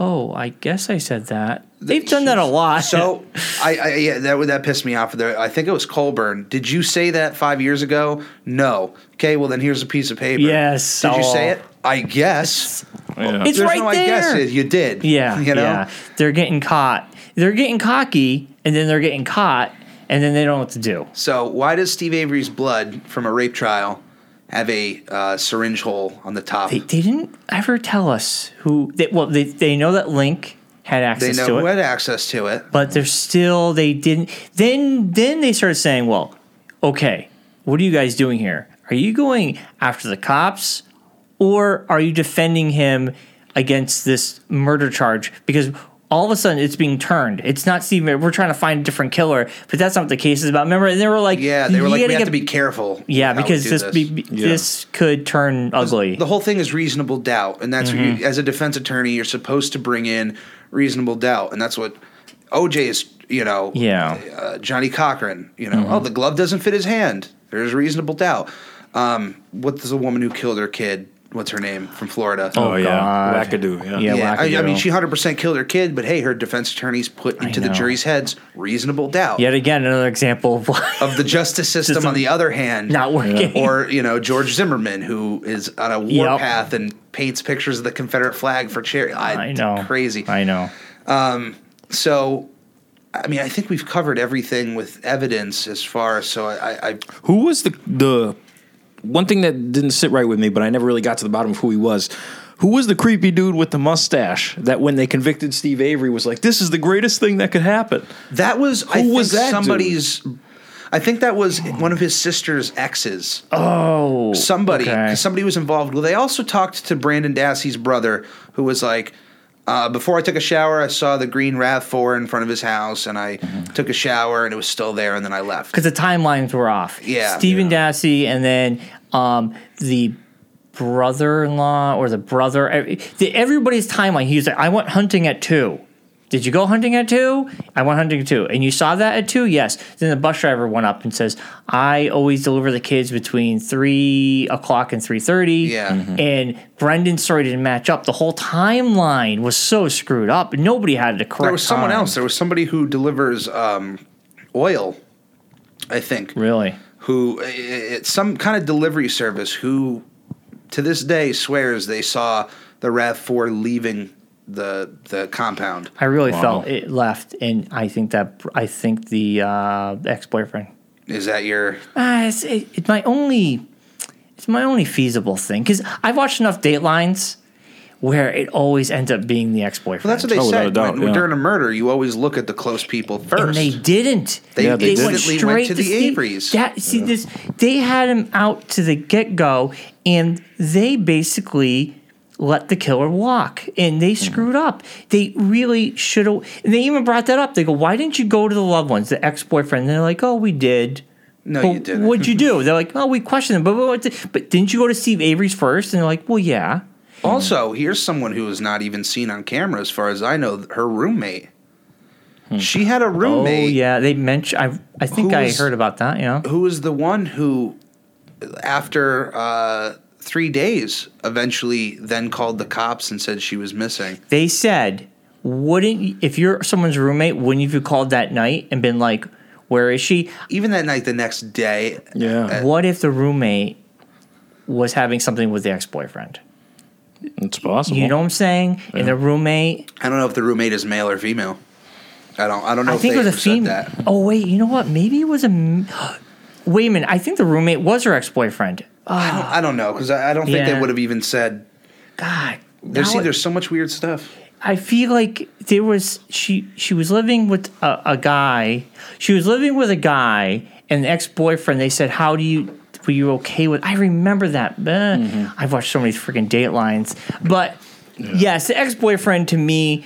U: "Oh, I guess I said that." They've done that a lot.
J: So, I, I yeah, that that pissed me off. There, I think it was Colburn. Did you say that five years ago? No. Okay, well then here's a piece of paper.
U: Yes.
J: Did oh. you say it? I guess.
U: Yeah. <laughs> It's There's right no, there. I guess
J: it. You did. <laughs>
U: Yeah.
J: You know?
U: Yeah. They're getting caught. They're getting cocky, and then they're getting caught, and then they don't know what to do.
J: So why does Steve Avery's blood from a rape trial have a uh, syringe hole on the top?
U: They, they, didn't ever tell us who. They, well, they they know that Link had access
J: they
U: know to
J: who it. had access to it.
U: But they're still they didn't then then they started saying, Well, okay, what are you guys doing here? Are you going after the cops or are you defending him against this murder charge? Because all of a sudden it's being turned. It's not Steve. We're trying to find a different killer, but that's not what the case is about. Remember, and they were like,
J: yeah, they were like, we have to be careful.
U: Yeah, because this this. Be, yeah. this. could turn ugly.
J: The whole thing is reasonable doubt, and that's mm-hmm. you, as a defense attorney, you're supposed to bring in reasonable doubt, and that's what OJ is. You know,
U: yeah,
J: uh, Johnny Cochran. You know, mm-hmm. oh, the glove doesn't fit his hand. There's reasonable doubt. Um, what does the woman who killed her kid what's her name from Florida?
V: Oh, oh yeah, God. Wackadoo.
U: Yeah, yeah. yeah.
J: I, I, mean, she hundred percent killed her kid, but hey, her defense attorneys put into the jury's heads reasonable doubt.
U: Yet again, another example of,
J: of the justice system. Just on the other hand,
U: not working.
J: Yeah. Or you know George Zimmerman, who is on a warpath yep. and paints pictures of the Confederate flag for charity. I, I, know, crazy.
U: I know.
J: Um, so. I mean, I think we've covered everything with evidence as far. So I, I
V: who was the the one thing that didn't sit right with me, but I never really got to the bottom of who he was. Who was the creepy dude with the mustache that when they convicted Steve Avery was like, "This is the greatest thing that could happen."
J: That was who I was that somebody's. Dude? I think that was one of his sister's exes.
U: Oh,
J: somebody, okay. somebody was involved. Well, they also talked to Brandon Dassey's brother, who was like, uh, before I took a shower, I saw the green Rav Four in front of his house, and I mm-hmm. took a shower, and it was still there, and then I left
U: because the timelines were off.
J: Yeah,
U: Stephen yeah. Dassey, and then um, the brother-in-law or the brother. Everybody's timeline. He was like, "I went hunting at two. Did you go hunting at two? I went hunting at two, and you saw that at two. Yes. Then the bus driver went up and says, "I always deliver the kids between three o'clock and three thirty.
J: Yeah. Mm-hmm.
U: And Brendan's story didn't match up. The whole timeline was so screwed up. Nobody had the correct.
J: There was someone
U: time.
J: else. There was somebody who delivers um, oil, I think.
U: Really?
J: Who? It's some kind of delivery service. Who, to this day, swears they saw the Rav Four leaving the the compound.
U: I really wow. felt it left, and I think that I think the uh, ex boyfriend
J: is that your.
U: Uh, it's, it, it's my only. It's my only feasible thing because I've watched enough Datelines where it always ends up being the ex boyfriend.
J: Well, that's what they oh, said. Doubt, when, yeah. During a murder, you always look at the close people first. And
U: they didn't.
J: They, yeah, they, they went straight went to, to the Averys.
U: That, see, yeah. this, they had him out to the get go, and they basically let the killer walk. And they
J: Mm-hmm.
U: screwed mm. up. They really should have. They even brought that up. They go, why didn't you go to the loved ones, the ex boyfriend? They're like, oh, we did.
J: No,
U: but
J: you didn't. <laughs>
U: What'd you do? They're like, oh, we questioned him. But, but, but, but didn't you go to Steve Avery's first? And they're like, well, yeah.
J: Also, here's someone who was not even seen on camera, as far as I know, her roommate. Hmm. She had a roommate.
U: Oh yeah, they mentioned. I I think I
J: was,
U: heard about that. Yeah,
J: who was the one who after uh, three days, eventually then called the cops and said she was missing.
U: They said, wouldn't you- if you're someone's roommate, wouldn't you have called that night and been like, where is she?
J: Even that night, the next day.
V: Yeah.
J: uh,
U: what if the roommate was having something with the ex boyfriend?
V: It's possible.
J: Uh-huh.
U: You know what I'm saying? And the roommate.
J: I don't know if the roommate is male or female. I don't. I don't know.
U: I
J: if
U: think
J: they
U: it was a
J: ever said
U: female.
J: That.
U: Oh wait, you know what? Maybe it was a. m- <gasps> Wait a minute. I think the roommate was her ex boyfriend.
J: I don't. I don't know because I, I don't think
U: Yeah.
J: they would have even said.
U: God.
J: There's
U: now
J: see,
U: it-
J: there's so much weird stuff.
U: I feel like there was she she was living with a, a guy. She was living with a guy and an ex boyfriend. They said, "How do you were you okay with?" I remember that. Eh,
V: Mm-hmm.
U: I've watched so many freaking Datelines, but yes, the ex boyfriend to me.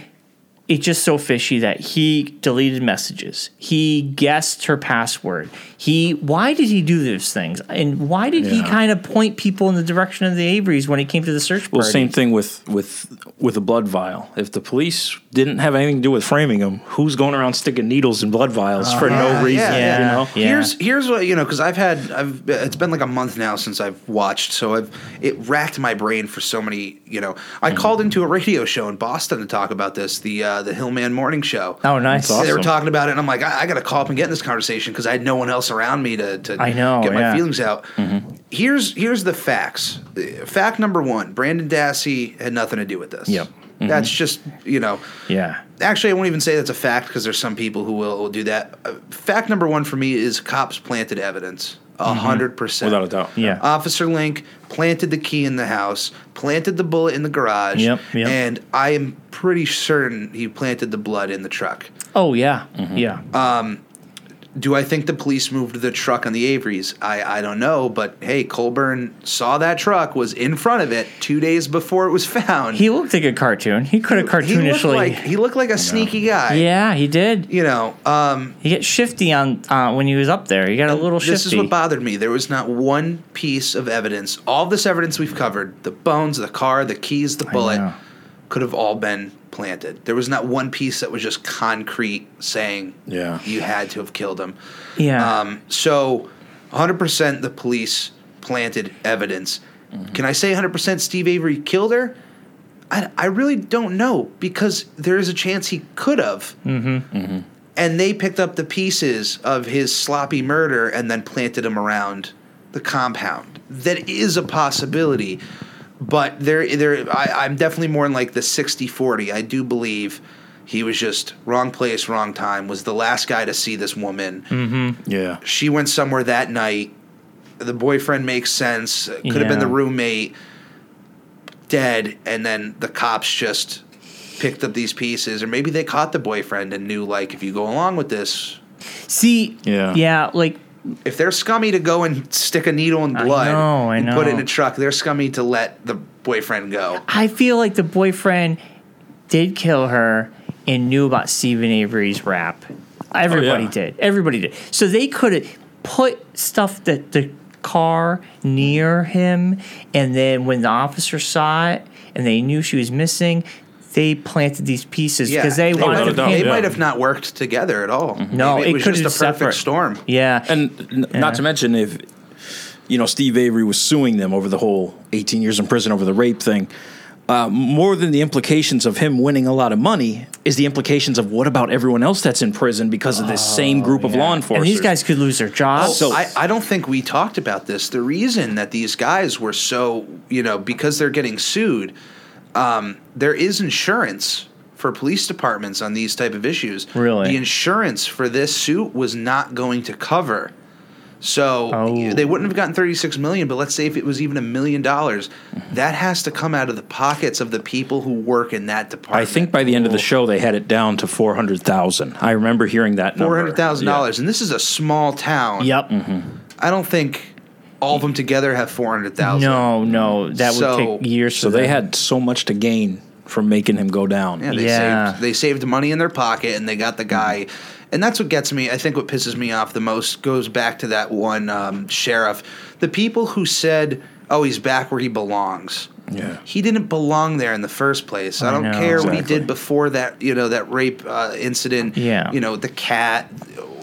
U: It's just so fishy that he deleted messages. He guessed her password. He why did he do those things? And why did he
V: Yeah.
U: kind of point people in the direction of the Averys when it came to the search party?
V: Well, same thing with with with a blood vial. If the police didn't have anything to do with framing him, who's going around sticking needles in blood vials for
J: Yeah,
V: no reason?
J: yeah.
V: You know?
J: Here's here's what you know because I've had I've it's been like a month now since I've watched, so I've it racked my brain for so many. You know, I
U: Mm-hmm.
J: called into a radio show in Boston to talk about this, the uh, the Hillman Morning Show.
U: Oh, nice. That's
J: They were
U: awesome.
J: talking about it, and I'm like, I, I got to call up and get in this conversation because I had no one else around me to to
U: I know,
J: get my
U: yeah. Mm-hmm.
J: feelings out. Here's here's the facts. Uh, Fact number one: Brandon Dassey had nothing to do with this.
U: Yep. Mhm.
J: That's just you know
U: yeah.
J: actually, I won't even say that's a fact because there's some people who will, will do that. Uh, fact number one for me is cops planted evidence. A
U: Mm-hmm.
V: Mhm.
J: 100 percent, Uh,
V: Without a doubt.
U: Yeah.
J: Officer Link planted the key in the house, planted the bullet in the garage,
U: Yep, yep.
J: and I am pretty certain he planted the blood in the truck.
U: Oh yeah. Yeah.
J: Um, do I think the police moved the truck on the Averys? I, I don't know, but hey, Colburn saw that truck was in front of it two days before it was found.
U: He looked like a cartoon. He could have
J: he looked
U: cartoonishly.
J: like he looked like a sneaky guy.
U: yeah, he did.
J: You know, um,
U: he got shifty on uh, when he was up there. He got a little shifty.
J: This is what bothered me. There was not one piece of evidence. All this evidence we've covered the bones, the car, the keys, the bullet could have all been planted. There was not one piece that was just concrete saying
V: Yeah.
J: you had to have killed him.
U: Yeah.
J: Um, so 100% the police planted evidence. Can I say 100% Steve Avery killed her? I, I really don't know because there is a chance he could have
V: Mm-hmm. Mm-hmm.
J: and they picked up the pieces of his sloppy murder and then planted them around the compound. That is a possibility, but there, there, I, I'm definitely more in like the 60-40. I do believe he was just wrong place, wrong time. Was the last guy to see this woman.
V: Mm-hmm. Yeah.
J: She went somewhere that night. The boyfriend makes sense. Could have been the
V: Yeah.
J: roommate. Dead, and then the cops just picked up these pieces, or maybe they caught the boyfriend and knew like if you go along with this,
U: See.
V: Yeah.
U: Yeah. Like
J: if they're scummy to go and stick a needle in blood
U: know, I
J: and put it in
U: know.
J: a truck, they're scummy to let the boyfriend go.
U: I feel like the boyfriend did kill her and knew about Stephen Avery's rap. Everybody
V: Oh, yeah.
U: did. Everybody did. So they could have put stuff that the car near him, and then when the officer saw it and they knew she was missing, they planted these pieces
J: Yeah,
U: because they
J: might
U: wanted
J: have,
U: to
J: they
U: paint-
J: might have not worked together at all.
U: No,
J: Maybe
U: it
J: was
U: could've
J: just a perfect
U: been separate.
J: storm.
U: Yeah.
V: And n- not to mention if you know Steve Avery was suing them over the whole 18 years in prison over the rape thing. Uh, more than the implications of him winning a lot of money is the implications of what about everyone else that's in prison because of this same group of law enforcement.
U: And these guys could lose their
J: Oh,
U: jobs.
J: I, I don't think we talked about this. The reason that these guys were so, you know, because they're getting sued, um, there is insurance for police departments on these type of issues.
U: Really?
J: the insurance for this suit was not going to cover. So they wouldn't have gotten 36 million, but let's say if it was even a million dollars, that has to come out of the pockets of the people who work in that department.
V: I think by the end of the show they had it down to 400,000. I remember hearing that number. Mm-hmm.
J: four hundred thousand dollars, and this is a small town.
U: Yep.
J: I don't think all of them together have four hundred thousand.
U: No, no, that would
J: So-
U: take years.
V: So
U: for
V: they
U: them.
V: had so much to gain from making him go down.
J: Yeah, they saved they saved money in their pocket, and they got the guy. And that's what gets me. I think what pisses me off the most goes back to that one um, sheriff. The people who said, "Oh, he's back where he belongs."
V: Yeah.
J: He didn't belong there in the first place. I,
U: I
J: don't
U: know.
J: care what he
V: Exactly.
J: did before that, you know, that rape uh, incident.
U: Yeah.
J: You know, the cat,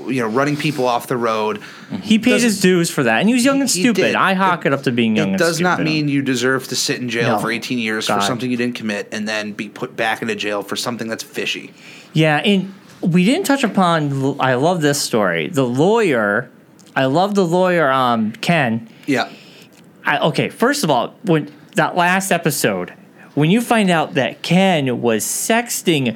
J: you know, running people off the road.
U: He paid Doesn't, his dues for that, and he was young and he, stupid. He I hawk it, it, up to being young.
J: It does
U: stupid.
J: not mean you deserve to sit in jail no. for 18 years God. for something you didn't commit, and then be put back into jail for something that's fishy.
U: Yeah, and we didn't touch upon. I love this story. The lawyer, I love the lawyer, um, Ken.
J: Yeah.
U: I, okay, first of all, when that last episode, when you find out that Ken was sexting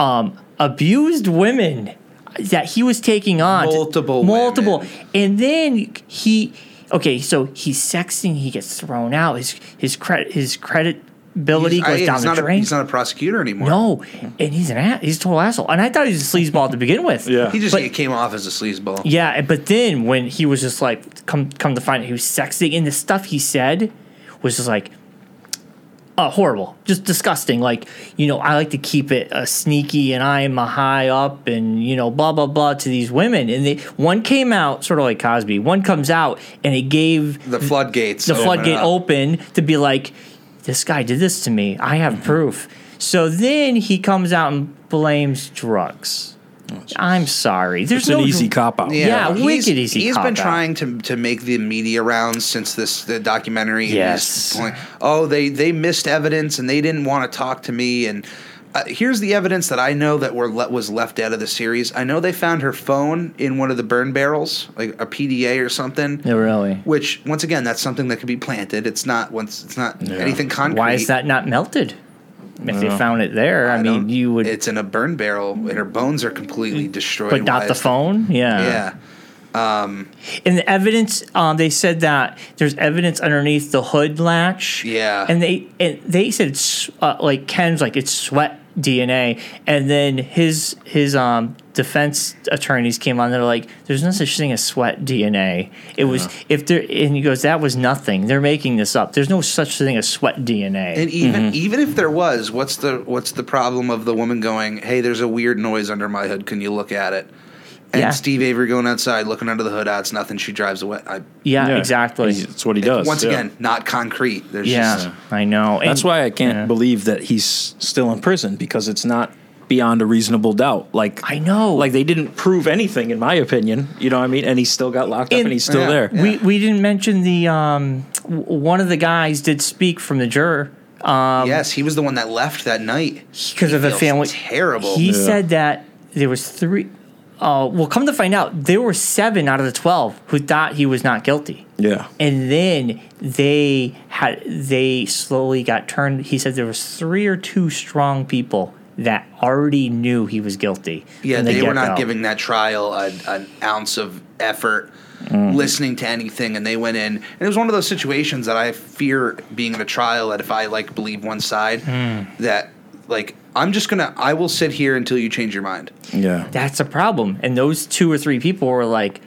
U: um, abused women that he was taking on
J: multiple,
U: multiple,
J: women.
U: and then he okay, so he's sexting, he gets thrown out, his his credit his credibility he's, goes I, down the
J: not
U: drain.
J: A, he's not a prosecutor anymore.
U: No, and he's an ass, he's a total asshole. And I thought he was a sleazeball to begin with.
J: Yeah, he just but, he came off as a sleazeball.
U: Yeah, but then when he was just like come come to find out he was sexting, and the stuff he said was just like uh, horrible, just disgusting. Like, you know, I like to keep it uh, sneaky and I'm a high up and, you know, blah, blah, blah to these women. And they, one came out, sort of like Cosby, one comes out and it gave
J: the floodgates,
U: the floodgate up. open to be like, this guy did this to me. I have mm-hmm. proof. So then he comes out and blames drugs. Oh, I'm sorry. There's
V: it's
U: no
V: an easy cop out.
U: Yeah, yeah he's, wicked easy.
J: He's
U: cop
J: been
U: out.
J: trying to to make the media rounds since this the documentary. Yes. Point. Oh, they they missed evidence and they didn't want to talk to me. And uh, here's the evidence that I know that were le- was left out of the series. I know they found her phone in one of the burn barrels, like a PDA or something.
U: Yeah, really.
J: Which once again, that's something that could be planted. It's not once. It's not yeah. anything concrete.
U: Why is that not melted? if they found it there, I, I mean, you would. Mm-hmm.
J: It's in a burn barrel, and her bones are completely destroyed.
U: But not the phone.
J: Yeah. Yeah. Um,
U: and the evidence, um, they said that there's evidence underneath the hood latch.
J: Yeah.
U: And they and they said it's uh, like Ken's like it's sweat DNA, and then his his um defense attorneys came on. They're like, "There's no such thing as sweat DNA. It yeah. was if there." And he goes, "That was nothing. They're making this up. There's no such thing as sweat DNA."
J: And even mm-hmm. even if there was, what's the what's the problem of the woman going, "Hey, there's a weird noise under my hood. Can you look at it?" And yeah. Steve Avery going outside, looking under the hood. Ah, it's nothing. She drives away. I,
U: yeah, yeah, exactly. He's,
V: that's what he does.
J: Once again, not concrete. There's
U: yeah,
J: just,
U: I know.
V: And that's why I can't believe that he's still in prison because it's not beyond a reasonable doubt. Like
U: I know,
V: like they didn't prove anything, in my opinion. You know what I mean? And he still got locked and, up, and he's still
U: yeah,
V: there.
U: Yeah. We we didn't mention the um, w- one of the guys did speak from the juror. Um,
J: yes, he was the one that left that night
U: because of a family.
J: Terrible.
U: He yeah. said that there was three. Uh, well, come to find out, there were seven out of the twelve who thought he was not guilty.
V: Yeah,
U: and then they had they slowly got turned. He said there was three or two strong people that already knew he was guilty.
J: Yeah, they, they were not out. giving that trial a, an ounce of effort, mm-hmm. listening to anything, and they went in. And it was one of those situations that I fear being in a trial that if I like believe one side, mm. that like I'm just gonna I will sit here until you change your mind.
V: Yeah,
U: that's a problem. And those two or three people were like.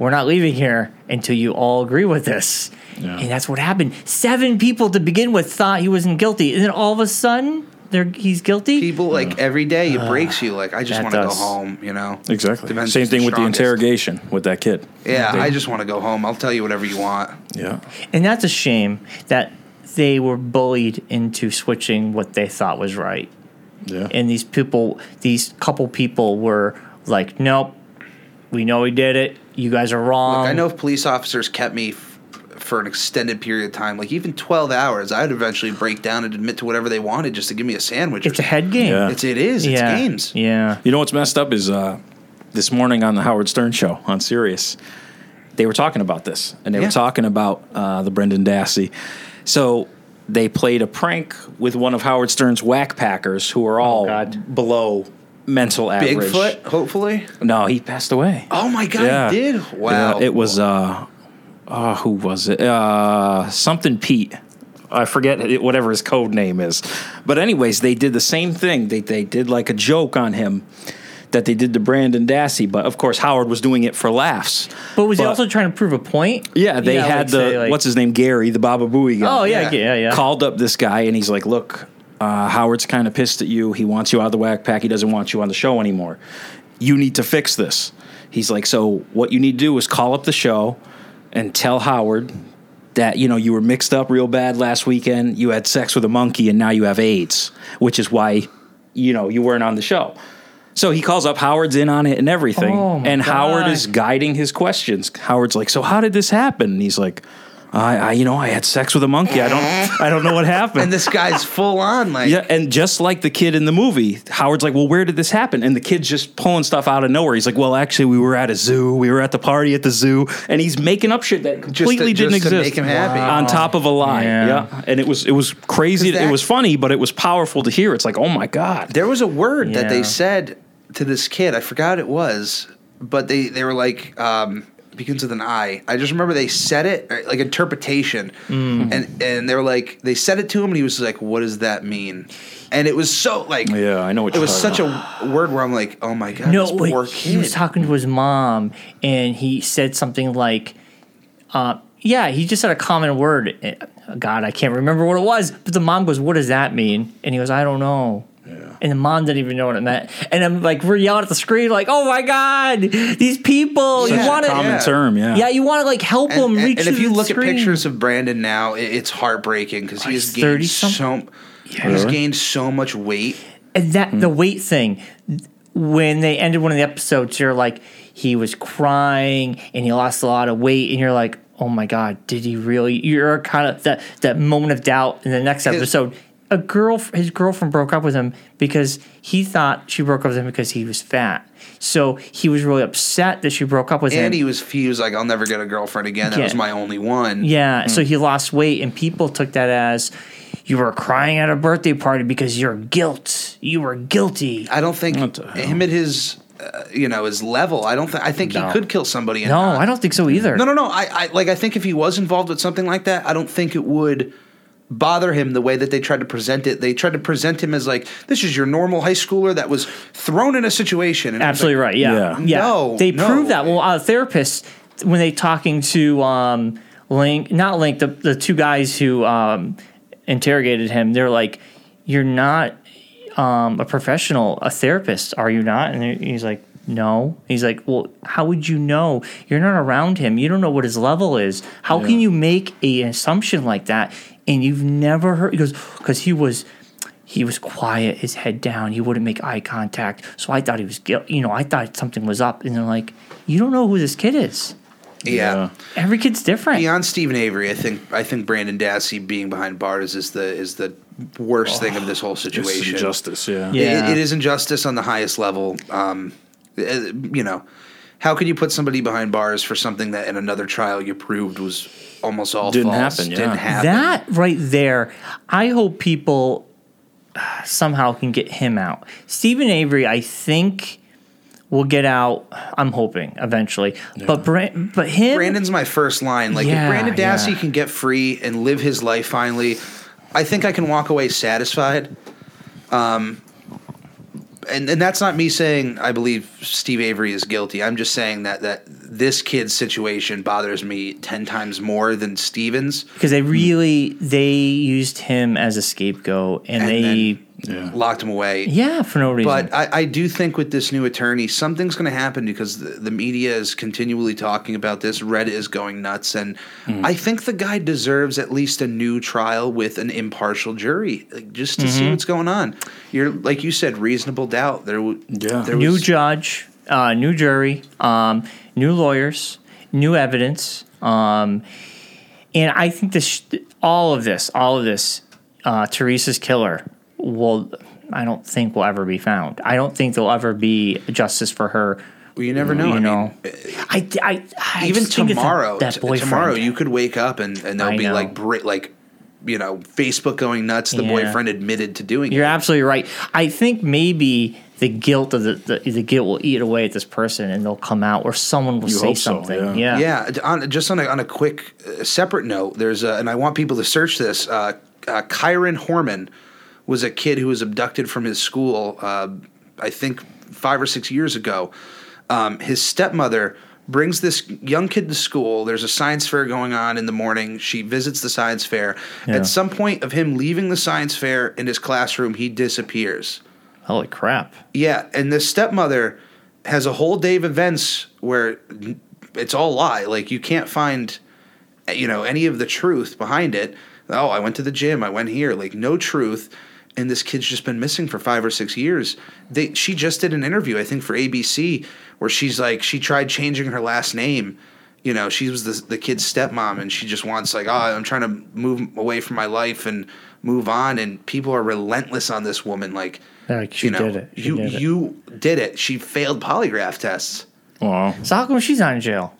U: We're not leaving here until you all agree with this. Yeah. And that's what happened. Seven people to begin with thought he wasn't guilty. And then all of a sudden, they're, he's guilty.
J: People like every day it uh, breaks you. Like I just want to go home. You know
V: exactly. Depends Same thing the with the interrogation with that kid.
J: Yeah, they, I just want to go home. I'll tell you whatever you want.
V: Yeah,
U: and that's a shame that they were bullied into switching what they thought was right.
V: Yeah,
U: and these people, these couple people, were like, "Nope, we know he did it. You guys are wrong."
J: Look, I know if police officers kept me for an extended period of time, like even 12 hours, I'd eventually break down and admit to whatever they wanted just to give me a sandwich.
U: It's a head game.
J: Yeah. It's, it is.
U: Yeah.
J: It's games.
U: Yeah.
V: You know what's messed up is uh, this morning on the Howard Stern show on Sirius, they were talking about this and they yeah. were talking about uh, the Brendan Dassey. So they played a prank with one of Howard Stern's whack packers who are all oh below mental average.
J: Bigfoot,
U: <laughs>
J: hopefully?
V: No, he passed away.
J: Oh my God, yeah. he did? Wow.
V: Yeah, it was. Uh, oh, who was it? Uh, something Pete. I forget it, whatever his code name is. But anyways, they did the same thing. They they did like a joke on him that they did to Brandon Dassey, but of course Howard was doing it for laughs.
U: But was but, he also trying to prove a point?
V: Yeah, they you know, had like, the say, like, what's his name Gary, the Baba Booey guy.
U: Oh yeah, yeah, yeah, yeah.
V: Called up this guy and he's like, "Look, uh, Howard's kind of pissed at you. He wants you out of the whack pack. He doesn't want you on the show anymore. You need to fix this." He's like, "So what you need to do is call up the show." and tell Howard that you know you were mixed up real bad last weekend. You had sex with a monkey, and now you have AIDS, which is why you know you weren't on the show. So he calls up Howard's in on it and everything.
U: Oh my
V: and
U: God.
V: Howard is guiding his questions. Howard's like, "So how did this happen?" And he's like, I, I you know, I had sex with a monkey. I don't I don't know what happened.
J: and this guy's full on like
V: yeah, and just like the kid in the movie, Howard's like, "Well, where did this happen?" And the kid's just pulling stuff out of nowhere. He's like, "Well, actually, we were at a zoo. We were at the party at the zoo." And he's making up shit that
J: to-
V: completely didn't
J: just to
V: exist.
J: make him happy.
V: on top of a lie.
J: Yeah.
V: Yeah. and it was it was crazy.
J: 'Cause
V: it
J: that-
V: was funny, but it was powerful to hear. It's like, oh my god.
J: There was a word that they
V: Yeah.
J: said to this kid. I forgot it was, but they they were like um, begins with an I. I just remember they said it uh, like interpretation,
V: Mm.
J: and and they were like they said it to him, and he was like, "What does that mean?" And it was so like
V: yeah, I know what
J: it
V: you're
J: was
V: talking
J: such a word where I'm like, "Oh my god,
U: no,
J: this
U: wait,
J: poor
U: he was
J: kid."
U: talking to his mom, and he said something like, uh, "Yeah, he just said a common word. Eh, God, I can't remember what it was." But the mom goes, "What does that mean?" And he goes, "I don't know." And the mom didn't even know what it meant. And I'm like, we're yelling at the screen, like, "Oh my god, these people!
J: Such
U: you
J: a
U: want to
J: common term, yeah.
U: yeah, you want to like help
J: and,
U: them
J: and-
U: reach."
J: and if you
U: the
J: look
U: screen.
J: at pictures of Brandon now, it, it's heartbreaking because he has
U: he's
J: gained
U: 30
J: so he's
U: Really?
J: gained so much weight.
U: And that
J: Hmm.
U: the weight thing, when they ended one of the episodes, you're like, he was crying and he lost a lot of weight, and you're like, oh my god, did he really? You're kind of that that moment of doubt in the next episode. A girl, his girlfriend broke up with him because he thought she broke up with him because he was fat. So he was really upset that she broke up with him.
J: and he was he was like, "I'll never get a girlfriend again. That
U: Yeah.
J: was my only one."
U: Yeah,
J: Hmm.
U: so he lost weight, and people took that as you were crying at a birthday party because your guilt. You were guilty.
J: I don't think him at his, uh, you know, his level. I don't. Th- I think
U: No.
J: he could kill somebody. And
U: No,
J: not.
U: Oh, I don't think so either.
J: No, no, no. I, I like. I think if he was involved with something like that, I don't think it would bother him the way that they tried to present it. They tried to present him as like this is your normal high schooler that was thrown in a situation. And it was
U: Absolutely
J: like,
U: right. Yeah. yeah.
J: No,
U: They
J: no.
U: prove that. Well, uh, therapists, when they talking to um, Link, not Link, the, the two guys who um, interrogated him, they're like, You're not um, a professional, a therapist, are you not? And he's like, No. He's like, Well, how would you know? You're not around him. You don't know what his level is. How can you make a, an assumption like that? And you've never heard, he goes, Because he was he was quiet, his head down. He wouldn't make eye contact. So I thought he was guilty. You know, I thought something was up. And they're like, you don't know who this kid is.
J: Yeah.
U: Every kid's different.
J: Beyond Stephen Avery, I think I think Brandon Dassey being behind bars is the is the worst thing of this whole situation.
V: injustice, yeah.
J: It-
V: Yeah.
J: it is injustice on the highest level. Um, uh, you know, how can you put somebody behind bars for something that in another trial you proved was almost all
V: Didn't
J: false,
V: happen, yeah.
J: Didn't happen.
U: That right there, I hope people uh, somehow can get him out. Stephen Avery, I think, will get out. I'm hoping eventually. But Brand, but him,
J: Brandon's my first line. Like
U: Yeah,
J: if Brandon Dassey
U: yeah.
J: can get free and live his life finally, I think I can walk away satisfied. Um, and and that's not me saying I believe Steve Avery is guilty. I'm just saying that that this kid's situation bothers me ten times more than Stevens.
U: because they really they used him as a scapegoat, and,
J: And
U: they
J: Locked him away.
U: yeah for no reason.
J: But I, I do think with this new attorney, something's going to happen because the, the media is continually talking about this. Reddit is going nuts. And
U: Mm-hmm.
J: I think the guy deserves at least a new trial with an impartial jury like, just to see
U: Mhm.
J: what's going on. You're, like you said, reasonable doubt. There, w- yeah. there
U: new
J: was.
U: judge, uh, new jury, um, new lawyers, new evidence, um, and I think this, all of this, all of this, uh, Teresa's killer will, I don't think will ever be found. I don't think there'll ever be justice for her.
J: Well, you never know.
U: Mm-hmm. You
J: I uh,
U: know, I, I, I
J: even
U: just think it's that-
J: tomorrow,
U: that,
J: t-
U: boyfriend.
J: tomorrow you could wake up and, and there'll
U: I
J: be
U: know.
J: like, bri- like, you know, Facebook going nuts. The
U: Yeah.
J: boyfriend admitted to doing
U: You're absolutely right. I think maybe the guilt of the, the the guilt will eat away at this person, and they'll come out, or someone will
J: You
U: say
J: hope so,
U: something.
J: yeah.
U: yeah.
J: d- On, just on a, on a quick uh, separate note, there's a, and I want people to search this. Uh, uh, Kyron Horman was a kid who was abducted from his school, uh, I think five or six years ago. Um, his stepmother brings this young kid to school. There's a science fair going on in the morning. She visits the science fair.
U: Yeah.
J: At some point of him leaving the science fair in his classroom, he disappears.
U: Holy crap.
J: Yeah, and the stepmother has a whole day of events where it's all lie. Like you can't find, you know, any of the truth behind it. Oh, I went to the gym. I went here. Like no truth. and this kid's just been missing for five or six years. They she just did an interview, I think, for ABC, where she's like she tried changing her last name. You know, she was the, the kid's stepmom, and she just wants like, oh, I'm trying to move away from my life and move on. And people are relentless on this woman. Like,
U: like she
J: you know,
U: did it. She
J: you
U: did it.
J: you did it. She failed polygraph tests
U: Wow. So how come she's not in jail?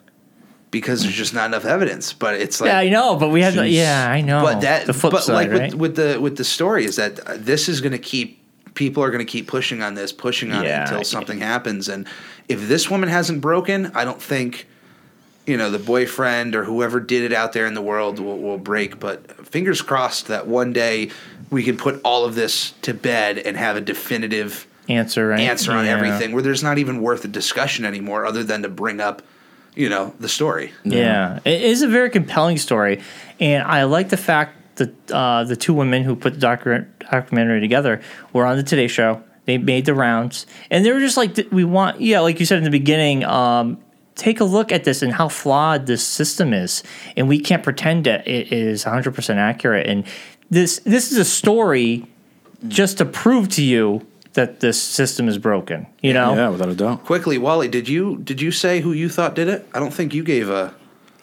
J: because there's just not enough evidence. But it's like
U: yeah, I know. But we had
J: Jeez.
U: yeah, I know.
J: But that
U: the flip
J: but
U: side,
J: like
U: right?
J: with, with the with the story is that uh, this is going to keep people are going to keep pushing on this, pushing on
U: Yeah,
J: it
U: I-
J: until something happens. And if this woman hasn't broken, I don't think you know the boyfriend or whoever did it out there in the world will, will break. But fingers crossed that one day we can put all of this to bed and have a definitive
U: answer right?
J: answer on
U: Yeah.
J: everything where there's not even worth a discussion anymore other than to bring up you know the story
U: Yeah. it is a very compelling story, and I like the fact that uh, the two women who put the docu- documentary together were on the Today Show. They made the rounds, and they were just like, "We want, yeah, like you said in the beginning, um, take a look at this and how flawed this system is, and we can't pretend that it is 100 percent accurate." And this this is a story just to prove to you that this system is broken. You know,
V: Yeah, without a doubt.
J: Quickly, Wally, did you did you say who you thought did it? I don't think you gave a.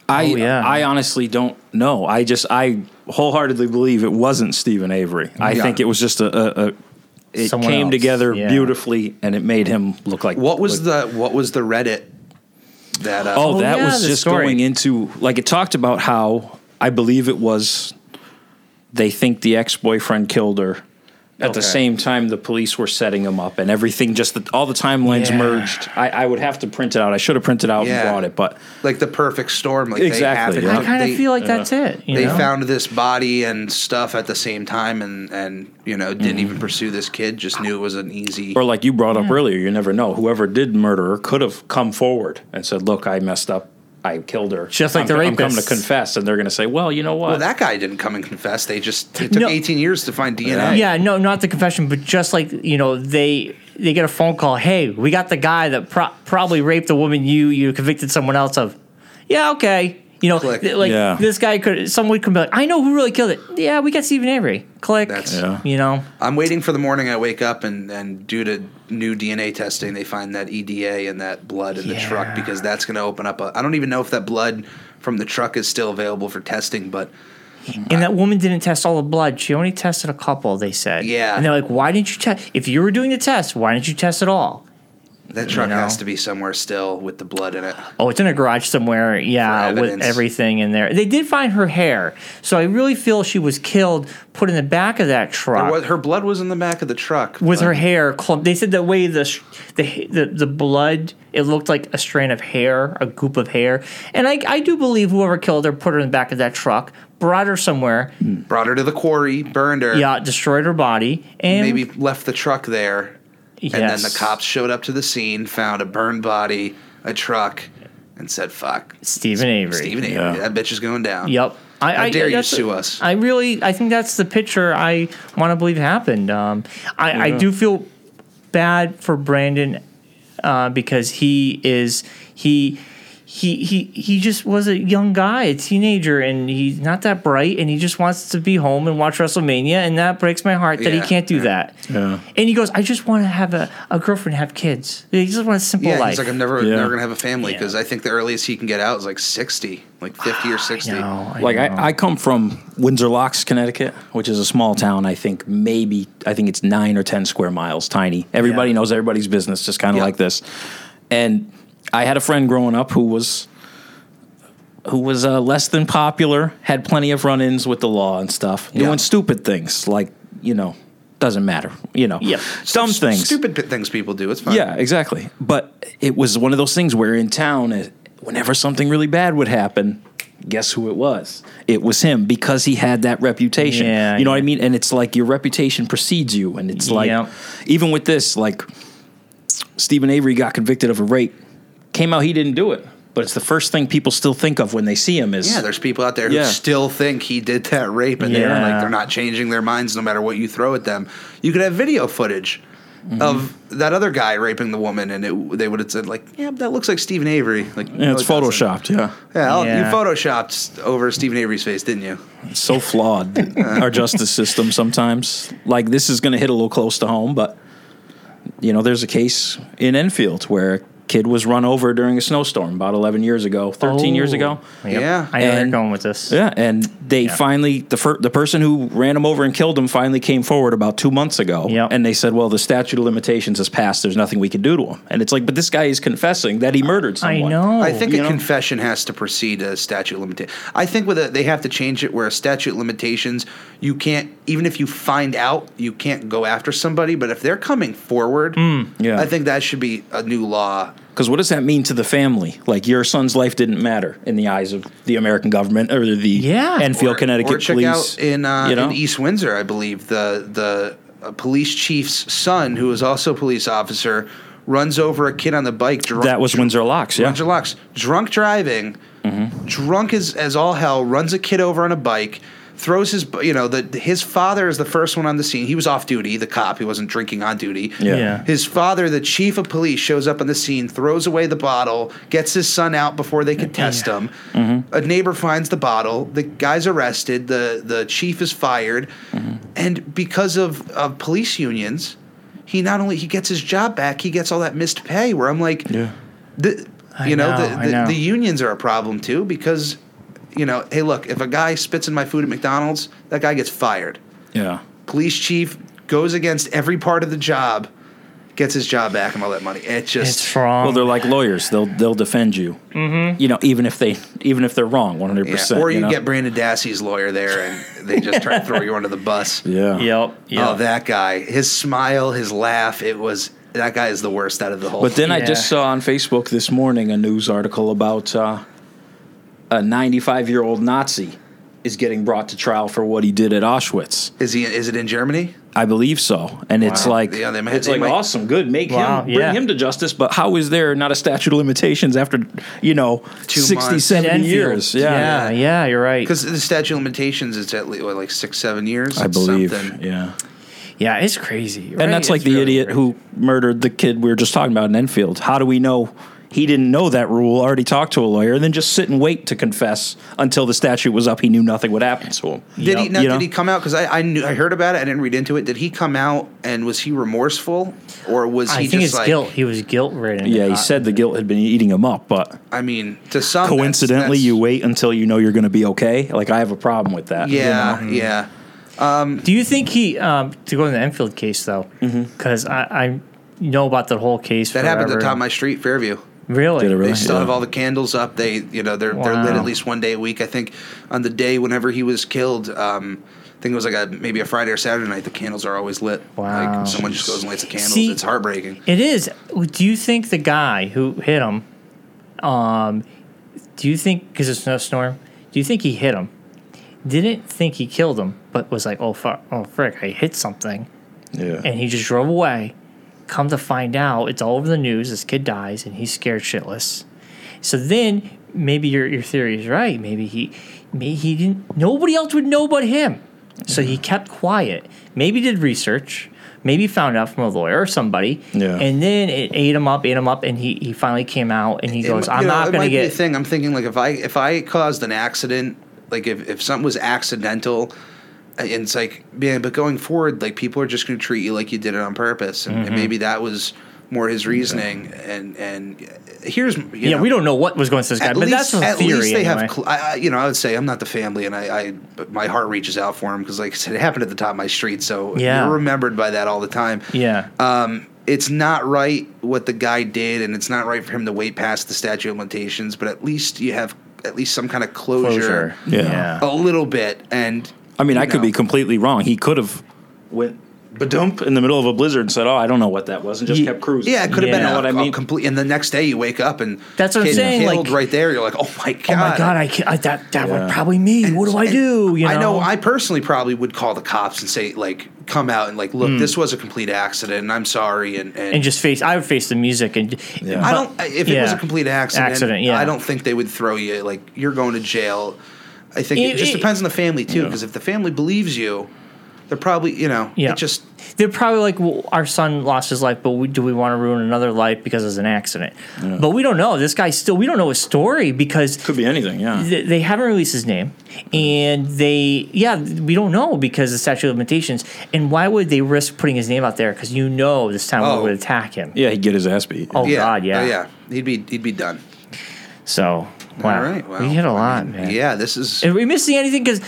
V: I
U: Oh,
V: I honestly don't know. I just I wholeheartedly believe it wasn't Stephen Avery. I
J: Yeah.
V: think it was just a, a, a it
J: Someone
V: came
J: else,
V: together
J: yeah.
V: beautifully and it made him look like
J: What was the what was the Reddit that? Uh,
V: oh, that was just going into like it talked about how I believe it was they think the ex boyfriend killed her. At
J: Okay.
V: the same time, the police were setting him up, and everything just the, all the timelines
J: Yeah.
V: merged. I, I would have to print it out. I should have printed out
J: Yeah.
V: and brought it, but
J: like the perfect storm. Like
V: Exactly,
J: They
V: yeah.
J: happened-
V: I kinda
J: they-
V: feel like Yeah. that's it, you
J: they
V: know?
J: found this body and stuff at the same time, and and you know didn't even pursue this kid. Just knew it was an easy.
V: Mm-hmm. or like you brought up earlier, you never know. Whoever did murder her could have come forward and said, "Look, I messed up. I killed her."
J: Just like
V: I'm,
J: the
V: I'm coming
J: rapists.
V: to confess, and they're going to say, "Well, you know what?
J: Well, that guy didn't come and confess. They just it took
V: No.
J: 18 years to find DNA.
U: Yeah, no, not the confession, but just like you know, they they get a phone call. Hey, we got the guy that pro- probably raped the woman you you convicted someone else of. Yeah, okay. You know, th- like
J: Yeah.
U: this guy could someone could be like, I know who really killed it. Yeah, we got Stephen Avery. Click.
J: That's
U: you know.
J: I'm waiting for the morning I wake up and and due to new DNA testing, they find that EDA and that blood in the truck because that's going to open up. A, I don't even know if that blood from the truck is still available for testing, but
U: And that woman didn't test all the blood. She only tested a couple. They said.
J: Yeah.
U: And they're like, why didn't you test? If you were doing the test, why didn't you test at all?
J: that
U: You
J: truck
U: know.
J: has to be somewhere still with the blood in it.
U: Oh, it's in a garage somewhere. Yeah, with
J: evidence.
U: everything in there. They did find her hair, so I really feel she was killed, put in the back of that
J: There
U: truck
J: was, her blood was in the back of the truck
U: with
J: but-
U: her hair clumped. They said the way the, sh- the the the blood, it looked like a strand of hair, a goop of hair. And I I do believe whoever killed her put her in the back of that truck, brought her somewhere.
J: Brought her to the quarry, burned her.
U: Yeah, destroyed her body, and
J: maybe left the truck there, and then the
U: Yes.
J: cops showed up to the scene, found a burned body, a truck, and said, "Fuck,
U: Stephen Avery.
J: Stephen Avery,
U: Yeah.
J: that bitch is going down."
U: Yep. I,
J: How
U: I
J: dare you
U: that's-
J: sue us?
U: I really, I think that's the picture I want to believe happened. Um, I, I
J: Yeah.
U: do feel bad for Brandon uh, because he is he. He, he he just was a young guy, a teenager, and he's not that bright, and he just wants to be home and watch WrestleMania, and that breaks my heart that
J: Yeah,
U: he can't do that.
J: Yeah.
U: And he goes, "I just want to have a, a girlfriend, have kids. He just wants a simple
J: Yeah,
U: life."
J: he's like, I'm never, never gonna have a family because I think the earliest he can get out is like 60, like 50 or 60.
V: like I, I come from Windsor Locks, Connecticut, which is a small town. I think maybe I think it's nine or ten square miles, tiny. Everybody knows everybody's business, just kind of like this. And I had a friend growing up who was who was uh, less than popular, had plenty of run-ins with the law and stuff, doing stupid things like you know doesn't matter, you know,
J: Yeah.
V: dumb
J: S-
V: things,
J: stupid p- things people do. It's fine.
V: yeah, exactly. But it was one of those things where in town, it- whenever something really bad would happen, guess who it was? It was him because he had that reputation.
U: Yeah,
V: you know what I mean? And it's like your reputation precedes you. And it's like,
U: Yep.
V: even with this, like Stephen Avery got convicted of a rape, came out he didn't do it. But it's the first thing people still think of when they see him is
J: Yeah, there's people out there who
V: Yeah.
J: still think he did that rape, and they're like
V: Yeah.
J: they're not changing their minds no matter what you throw at them. You could have video footage mm-hmm. of that other guy raping the woman, and it, they would have said like, "Yeah, that looks like Stephen Avery." Like,
V: yeah, no, it's it photoshopped. Yeah,
J: yeah, yeah, you photoshopped over Stephen Avery's face, didn't you?
V: It's so <laughs> flawed our justice system sometimes. Like this is going to hit a little close to home, but you know, there's a case in Enfield where kid was run over during a snowstorm about 11 years ago, 13 oh, years ago.
J: Yep. Yeah.
U: I know and, you're going with this.
V: Yeah. And they yeah. finally, the, fir- the person who ran him over and killed him finally came forward about two months ago.
U: Yep.
V: And they said, well, the statute of limitations has passed. There's nothing we can do to him. And it's like, but this guy is confessing that he murdered someone.
U: I know.
J: I think a know? confession has to precede a statute of limitations. I think with a, they have to change it where a statute of limitations, you can't, even if you find out, you can't go after somebody. But if they're coming forward,
V: mm, yeah.
J: I think that should be a new law.
V: Because what does that mean to the family? Like your son's life didn't matter in the eyes of the American government or the
U: yeah.
V: Enfield, or, Connecticut or
J: check
V: police.
J: Out in, uh, you know? in East Windsor, I believe the the police chief's son, who is also a police officer, runs over a kid on the bike.
V: Drunk, that was drunk, Windsor Locks. Yeah,
J: Windsor Locks, drunk driving,
V: mm-hmm.
J: drunk as as all hell, runs a kid over on a bike throws his you know the his father is the first one on the scene. He was off duty, the cop. He wasn't drinking on duty.
V: Yeah. yeah.
J: His father, the chief of police, shows up on the scene, throws away the bottle, gets his son out before they could test him.
V: Mm-hmm.
J: A neighbor finds the bottle. The guy's arrested. the The chief is fired,
V: mm-hmm.
J: and because of of police unions, he not only he gets his job back, he gets all that missed pay. Where I'm like,
V: yeah.
J: The, you know, know, the, the, know the unions are a problem too because you know, hey, look, if a guy spits in my food at McDonald's, that guy gets fired.
V: Yeah.
J: Police chief goes against every part of the job, gets his job back, and all that money. It just
U: it's wrong.
V: Well, they're like lawyers; they'll they'll defend you.
U: Mm-hmm.
V: You know, even if they even if they're wrong, one hundred percent.
J: Or you,
V: you know?
J: get Brandon Dassey's lawyer there, and they just try to throw you under the
V: <laughs>
J: bus.
V: Yeah.
U: Yep, yep.
J: Oh, that guy! His smile, his laugh. It was that guy is the worst out of the whole.
V: But then yeah. I just saw on Facebook this morning a news article about. Uh, a 95 year old Nazi is getting brought to trial for what he did at Auschwitz.
J: Is he? Is it in Germany?
V: I believe so. And wow. it's like
J: yeah,
V: might, it's like might. awesome, good, make wow, him bring yeah. him to justice. But how is there not a statute of limitations after you know Two 60, months. 70 years?
U: Yeah. yeah. yeah, you're right.
J: Because the statute of limitations is at least what, like six, seven years.
V: I believe. Something. Yeah.
U: Yeah, it's crazy.
V: Right? And that's like
U: it's
V: the really idiot crazy. who murdered the kid we were just talking about in Enfield. How do we know he didn't know that rule, already talked to a lawyer, and then just sit and wait to confess until the statute was up. He knew nothing would happen to him.
J: Did yep. he? Now, did know? he come out? Because I I, knew, I heard about it. I didn't read into it. Did he come out and was he remorseful, or was
U: I
J: he
U: think
J: just
U: it's
J: like,
U: guilt? He was guilt ridden. Uh,
V: Yeah, he said the guilt had been eating him up. But
J: I mean, to some
V: coincidentally,
J: that's, that's,
V: you wait until you know you're going to be okay. Like I have a problem with that.
J: Yeah, you know? hmm, yeah. Um,
U: Do you think he um, to go in the Enfield case though? Because mm-hmm. I, I know about the whole case.
J: That
U: forever.
J: happened at the top of my street, Fairview.
U: Really?
J: really? They still yeah. have all the candles up. They, you know, they're wow. they're lit at least one day a week. I think on the day whenever he was killed, um, I think it was like a maybe a Friday or Saturday night. The candles are always lit.
U: Wow!
J: Like someone just goes and lights the candles. See, it's heartbreaking.
U: It is. Do you think the guy who hit him? Um, do you think because it's snowstorm? Do you think he hit him? Didn't think he killed him, but was like, oh fuck, oh frick, I hit something.
V: Yeah.
U: And he just drove away come to find out it's all over the news this kid dies and he's scared shitless so then maybe your, your theory is right maybe he maybe he didn't nobody else would know but him so yeah. he kept quiet maybe did research maybe found out from a lawyer or somebody
V: yeah.
U: and then it ate him up ate him up and he, he finally came out and he it, goes i'm
J: know,
U: not going to get
J: be thing i'm thinking like if i if i caused an accident like if, if something was accidental and it's like man but going forward like people are just going to treat you like you did it on purpose and, mm-hmm. and maybe that was more his reasoning yeah. and and here's
U: yeah know, we don't know what was going to this guy
J: at
U: but
J: least,
U: that's
J: at
U: theory,
J: least they
U: anyway.
J: have cl- I, you know i would say i'm not the family and i, I my heart reaches out for him because like i said it happened at the top of my street so
U: yeah.
J: you're remembered by that all the time
U: yeah
J: um it's not right what the guy did and it's not right for him to wait past the statute of limitations but at least you have at least some kind of
V: closure.
J: closure,
V: Yeah. yeah
J: a little bit and
V: I mean, you I know. could be completely wrong. He could have went badump in the middle of a blizzard and said, "Oh, I don't know what that was," and just
J: yeah.
V: kept cruising.
J: Yeah, it could have yeah. been. You know what I mean? Complete. And the next day, you wake up and
U: that's what I'm saying.
J: Killed
U: like
J: right there, you're like, "Oh my god!
U: Oh my god! I, I that that yeah. was probably me. And, what do I do?" You know?
J: I know. I personally probably would call the cops and say, like, come out and like, look, mm. this was a complete accident, and I'm sorry, and and,
U: and just face. I would face the music, and
J: yeah. I don't. If it was a complete accident,
U: accident, yeah.
J: I don't think they would throw you like you're going to jail. I think it, it just it, depends on the family too, because yeah. if the family believes you, They're probably, you know, yeah. it just
U: they're probably like well, our son lost his life, but we, do we want to ruin another life because it's an accident? Yeah. But we don't know. This guy still we don't know his story because
V: could be anything. Yeah,
U: th- they haven't released his name, and they yeah we don't know because the statute of limitations. And why would they risk putting his name out there? Because you know this time oh. we would attack him.
V: Yeah, he'd get his ass beat.
U: Oh
J: yeah.
U: God, yeah,
J: oh, yeah, he'd be he'd be done.
U: So wow, All right, well, we hit a lot, I mean, man.
J: Yeah, this is.
U: Are we missing anything? Because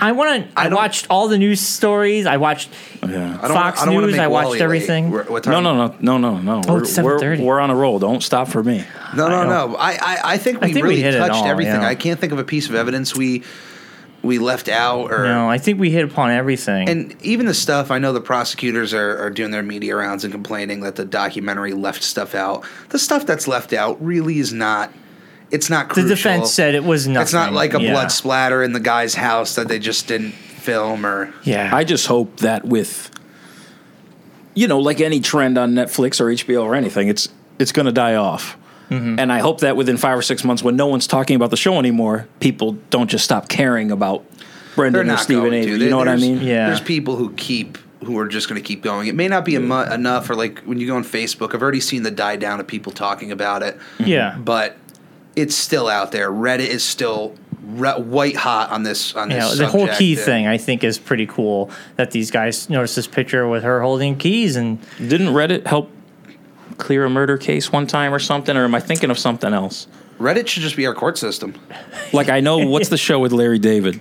U: I want to. I, I watched all the news stories. I watched yeah. Fox I don't, I don't News. I watched Wally everything.
V: We're, what time? No, no, no, no, no, no.
U: Oh, it's
V: we're, we're, we're on a roll. Don't stop for me.
J: No, no, I no. I, I, I think we
U: I think
J: really
U: we
J: touched
U: all,
J: everything.
U: Yeah.
J: I can't think of a piece of evidence we we left out or
U: no. I think we hit upon everything.
J: And even the stuff I know the prosecutors are, are doing their media rounds and complaining that the documentary left stuff out. The stuff that's left out really is not it's not crucial.
U: The defense said it was nothing.
J: It's not like a yeah. blood splatter in the guy's house that they just didn't film or
U: Yeah.
V: I just hope that with you know, like any trend on Netflix or HBO or anything, it's it's going to die off. Mm-hmm. And I hope that within 5 or 6 months when no one's talking about the show anymore, people don't just stop caring about Brendan or Stephen Avery. You
J: they,
V: know what I mean?
U: Yeah.
J: There's people who keep who are just going to keep going. It may not be yeah. mu- enough, or like when you go on Facebook, I've already seen the die down of people talking about it.
U: Yeah,
J: but it's still out there. Reddit is still re- white hot on this. On this,
U: yeah,
J: subject.
U: the whole key and thing I think is pretty cool that these guys noticed this picture with her holding keys and
V: didn't Reddit help clear a murder case one time or something? Or am I thinking of something else?
J: Reddit should just be our court system.
V: like I know what's the show with Larry David.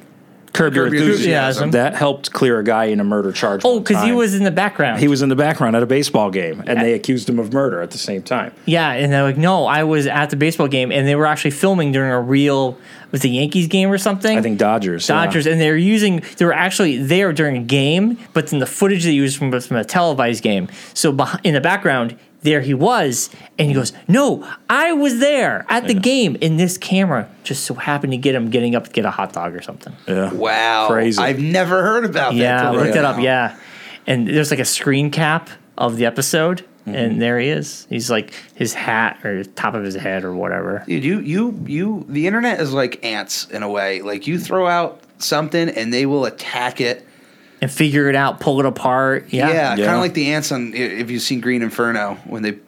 V: Curb, Your enthusiasm. That helped clear a guy in a murder charge.
U: Oh, because he was in the background.
V: He was in the background at a baseball game, and yeah. they accused him of murder at the same time.
U: Yeah, and they're like, "No, I was at the baseball game, and they were actually filming during a real was the Yankees game or something.
V: I think Dodgers.
U: Dodgers,
V: yeah.
U: and they were using they were actually there during a game, but then the footage they used from from a televised game. So behind, in the background, there he was and he goes no i was there at the yeah. game and this camera just so happened to get him getting up to get a hot dog or something
V: yeah
J: wow
V: crazy
J: i've never heard about
U: yeah,
J: that
U: yeah look that up yeah and there's like a screen cap of the episode mm-hmm. and there he is he's like his hat or top of his head or whatever
J: dude you you you the internet is like ants in a way like you throw out something and they will attack it
U: and figure it out, pull it apart. Yeah,
J: yeah, yeah. kind of like the ants on. If you've seen Green Inferno, when they,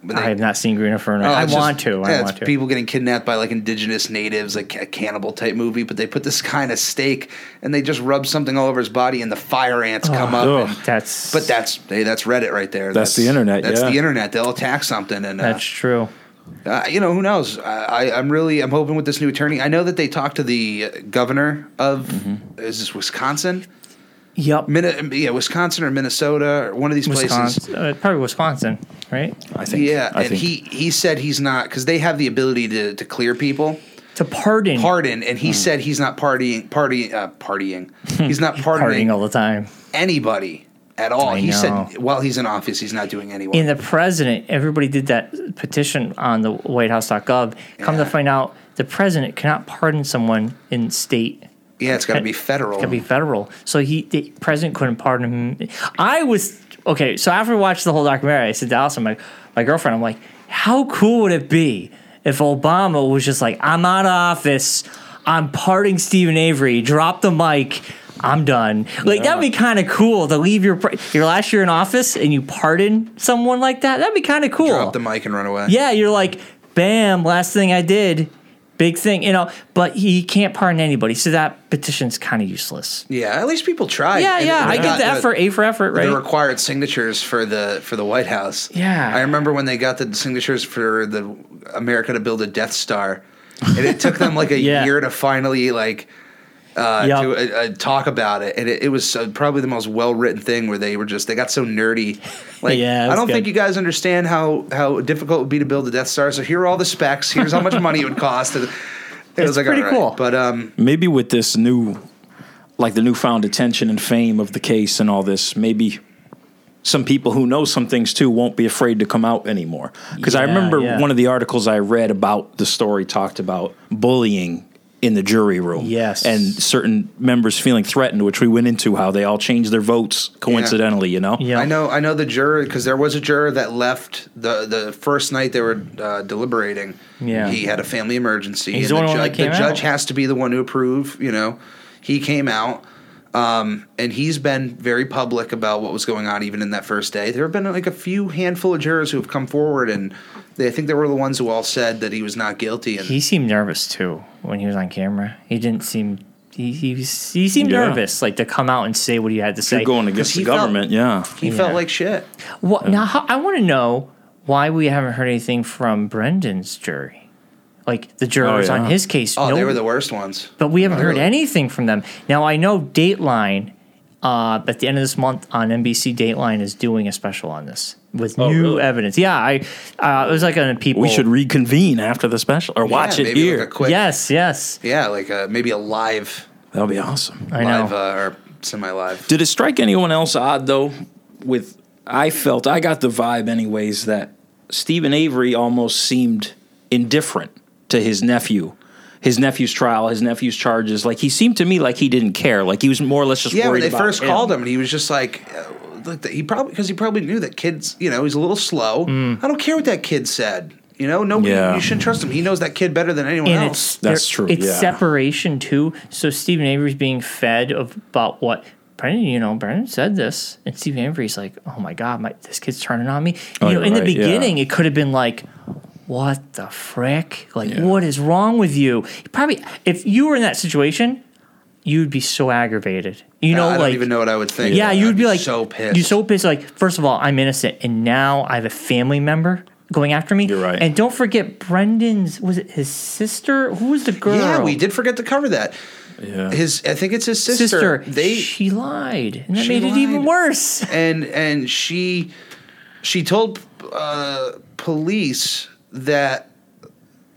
J: when they
U: I have not seen Green Inferno. Oh, I want just, to. I yeah, want to.
J: People getting kidnapped by like indigenous natives, like a cannibal type movie. But they put this kind of steak and they just rub something all over his body, and the fire ants oh, come up.
U: Oh, and, that's
J: but that's hey, that's Reddit right there.
V: That's, that's the internet.
J: That's
V: yeah.
J: the internet. They'll attack something, and uh,
U: that's true.
J: Uh, you know who knows? I, am really I'm hoping with this new attorney. I know that they talked to the uh, governor of mm-hmm. is this Wisconsin?
U: Yep.
J: Min- yeah, Wisconsin or Minnesota or one of these places.
U: Wisconsin,
J: Uh,
U: probably Wisconsin, right?
J: I think. Yeah, I and think. he he said he's not because they have the ability to, to clear people.
U: To pardon,
J: pardon, and he mm. said he's not partying, party, uh, partying. He's
U: <laughs>
J: not pardoning
U: Hmm. partying all the time.
J: Anybody at all? I he know. said while he's in office, he's not doing anyone.
U: In the president, everybody did that petition on the WhiteHouse.gov. Come yeah. to find out, the president cannot pardon someone in state
J: yeah, it's got
U: <laughs>
J: to be federal. It's
U: got to be federal. So he, the president couldn't pardon him. I was okay. So after we watched the whole documentary, I said to Allison, my my girlfriend, I'm like, how cool would it be if Obama was just like, I'm out of office, I'm pardoning Stephen Avery, drop the mic. I'm done. Like yeah. that'd be kind of cool to leave your your last year in office and you pardon someone like that. That'd be kind of cool.
J: Drop the mic and run away.
U: Yeah, you're like, bam, last thing I did, big thing, you know. But he can't pardon anybody, so that petition's kind of useless.
J: Yeah, at least people tried.
U: Yeah, yeah, I get the effort, A for effort, right?
J: The required signatures for the for the White House.
U: Yeah,
J: I remember when they got the signatures for the America to build a Death Star, and it took them
U: <laughs>
J: like a yeah. year to finally like. Uh, yep. to uh, talk about it, and it, it was uh, probably the most well written thing where they were just they got so nerdy. Like,
U: yeah,
J: I don't
U: good.
J: think you guys understand how how difficult it would be to build the Death Star. So here are all the specs. Here's how much money it would cost. And it
U: it's
J: was like
U: pretty
J: right.
U: cool,
J: but um,
V: maybe with this new, like the newfound attention and fame of the case and all this, maybe. Some people who know some things too won't be afraid to come out anymore. Because
U: yeah,
V: I remember
U: yeah.
V: one of the articles I read about the story talked about bullying in the jury room.
U: Yes.
V: And certain members feeling threatened, which we went into how they all changed their votes coincidentally,
J: yeah.
V: you know?
J: Yeah. I know I know the juror because there was a juror that left the the first night they were uh, deliberating.
U: Yeah.
J: He had a family emergency.
U: He's and the,
J: the,
U: ju-
J: the
U: out.
J: judge has to be the one to approve, you know. He came out. Um, and he's been very public about what was going on even in that first day. There have been like a few handful of jurors who have come forward, and they, I think they were the ones who all said that he was not guilty. And
U: he seemed nervous too when he was on camera. He didn't seem. He, he, was, he seemed yeah. nervous, like to come out and say what he had to say.
V: You're going against the government,
J: felt,
V: yeah.
J: He
V: yeah.
J: felt like shit.
U: Well, yeah. now I want to know why we haven't heard anything from Brendan's jury like the jurors oh, yeah. on his case.
J: Oh, no, they were the worst ones.
U: But we haven't really. heard anything from them. Now I know Dateline, uh, at the end of this month on NBC, Dateline is doing a special on this with oh, new really? evidence. Yeah, I uh, it was like on people.
V: We should reconvene after the special or yeah, watch it here. Like
U: quick, yes, yes.
J: Yeah, like a, maybe a live.
V: That'll be awesome.
U: I live,
J: know. Uh, or semi-live.
V: Did it strike anyone else odd though? With I felt I got the vibe anyways that Stephen Avery almost seemed indifferent to his nephew, his nephew's trial, his nephew's charges. Like he seemed to me like he didn't care. Like he was more or less just
J: yeah.
V: Worried
J: when they first
V: him.
J: called him, and he was just like, uh, like the, he probably because he probably knew that kids, you know, he's a little slow. Mm. I don't care what that kid said. You know, nobody. Yeah. You shouldn't trust him. He knows that kid better than anyone
U: and
J: else.
V: That's true.
U: It's
V: yeah.
U: separation too. So Stephen Avery's being fed of, about what Brendan, you know, Brendan said this, and Stephen Avery's like, "Oh my God, my, this kid's turning on me." Oh, you know, in right, the beginning, yeah. it could have been like, what the frick? Like, yeah. what is wrong with you? Probably, if you were in that situation, you'd be so aggravated. You know,
J: I
U: like,
J: don't even know what I would think.
U: Yeah, you'd be,
J: be,
U: like
J: so pissed.
U: You're so pissed. Like, first of all, I'm innocent, and now I have a family member going after me.
V: You're right.
U: And don't forget Brendan's. Was it his sister? Who was the girl?
J: Yeah, we did forget to cover that. Yeah. His, I think it's his sister. sister they,
U: she lied, and that made lied. it even worse.
J: And and she, she told uh, police that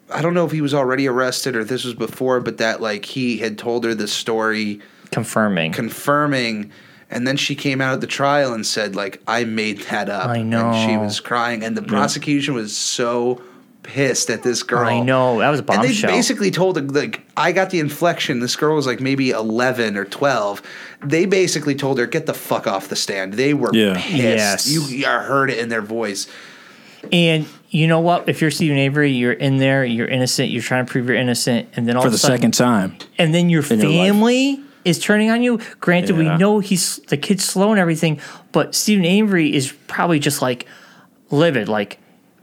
J: I don't know if he was already arrested or this was before, but that like he had told her the story,
U: confirming,
J: confirming, and then she came out at the trial and said like I made that up.
U: I know.
J: And she was crying, and the prosecution was so pissed at this girl.
U: I know that was a bombshell.
J: And they show. basically told her, like I got the inflection. This girl was like maybe eleven or twelve. They basically told her get the fuck off the stand. They were yeah. pissed. Yes. You, you heard it in their voice.
U: And you know what? If you're Stephen Avery, you're in there, you're innocent, you're trying to prove you're innocent, and then all
V: for
U: of
V: the
U: a sudden,
V: second time,
U: and then your family your is turning on you. Granted, yeah. we know he's the kid's slow and everything, but Stephen Avery is probably just like livid, like.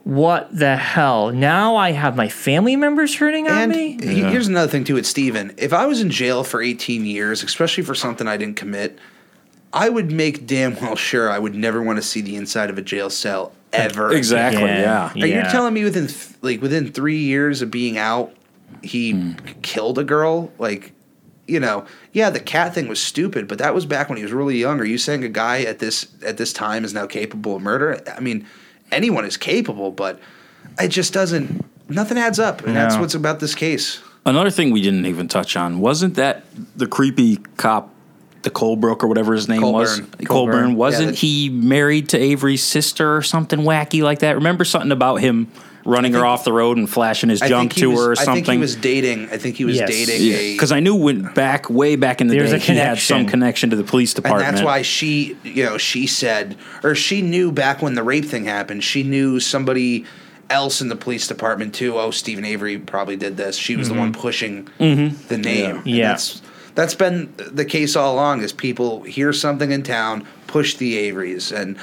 U: What the hell? Now I have my family members hurting
J: and
U: on me.
J: Yeah. Here's another thing too. It's Steven. If I was in jail for 18 years, especially for something I didn't commit, I would make damn well sure I would never want to see the inside of a jail cell ever.
V: Exactly. Yeah.
J: yeah. Are you telling me within th- like within three years of being out, he mm. killed a girl? Like, you know, yeah, the cat thing was stupid, but that was back when he was really young. Are you saying a guy at this at this time is now capable of murder? I mean, anyone is capable, but it just doesn't. Nothing adds up, and no. that's what's about this case.
V: Another thing we didn't even touch on wasn't that the creepy cop the Colebrook or whatever his name
J: Colburn.
V: was. Colburn. Colburn. Wasn't yeah, the, he married to Avery's sister or something wacky like that? Remember something about him running think, her off the road and flashing his I junk to
J: was,
V: her or something? I
J: think he was dating. I think he was yes. dating
V: Because yeah. I knew when back, way back in the There's day, he had some connection to the police department.
J: And that's why she, you know, she said, or she knew back when the rape thing happened, she knew somebody else in the police department too. Oh, Stephen Avery probably did this. She was mm-hmm. the one pushing mm-hmm. the name.
U: Yeah
J: that's been the case all along is people hear something in town push the averys and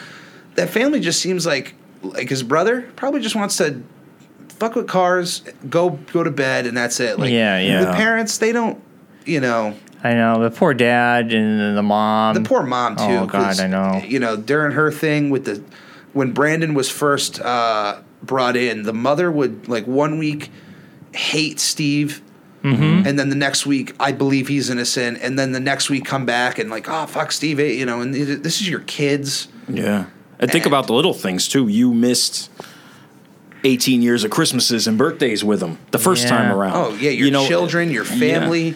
J: that family just seems like like his brother probably just wants to fuck with cars go go to bed and that's it like
U: yeah yeah
J: the parents they don't you know
U: I know the poor dad and the mom.
J: The poor mom too. Oh
U: God, I know.
J: You know during her thing with the when Brandon was first uh, brought in, the mother would like one week hate Steve
U: Mm-hmm.
J: and then the next week I believe he's innocent, and then the next week come back and like, oh fuck, Steve, you know, and this is your kids.
V: Yeah, and think about the little things too. You missed. 18 years of Christmases and birthdays with them the first
J: yeah.
V: time around.
J: Oh, yeah, your you know, children, your family. Yeah.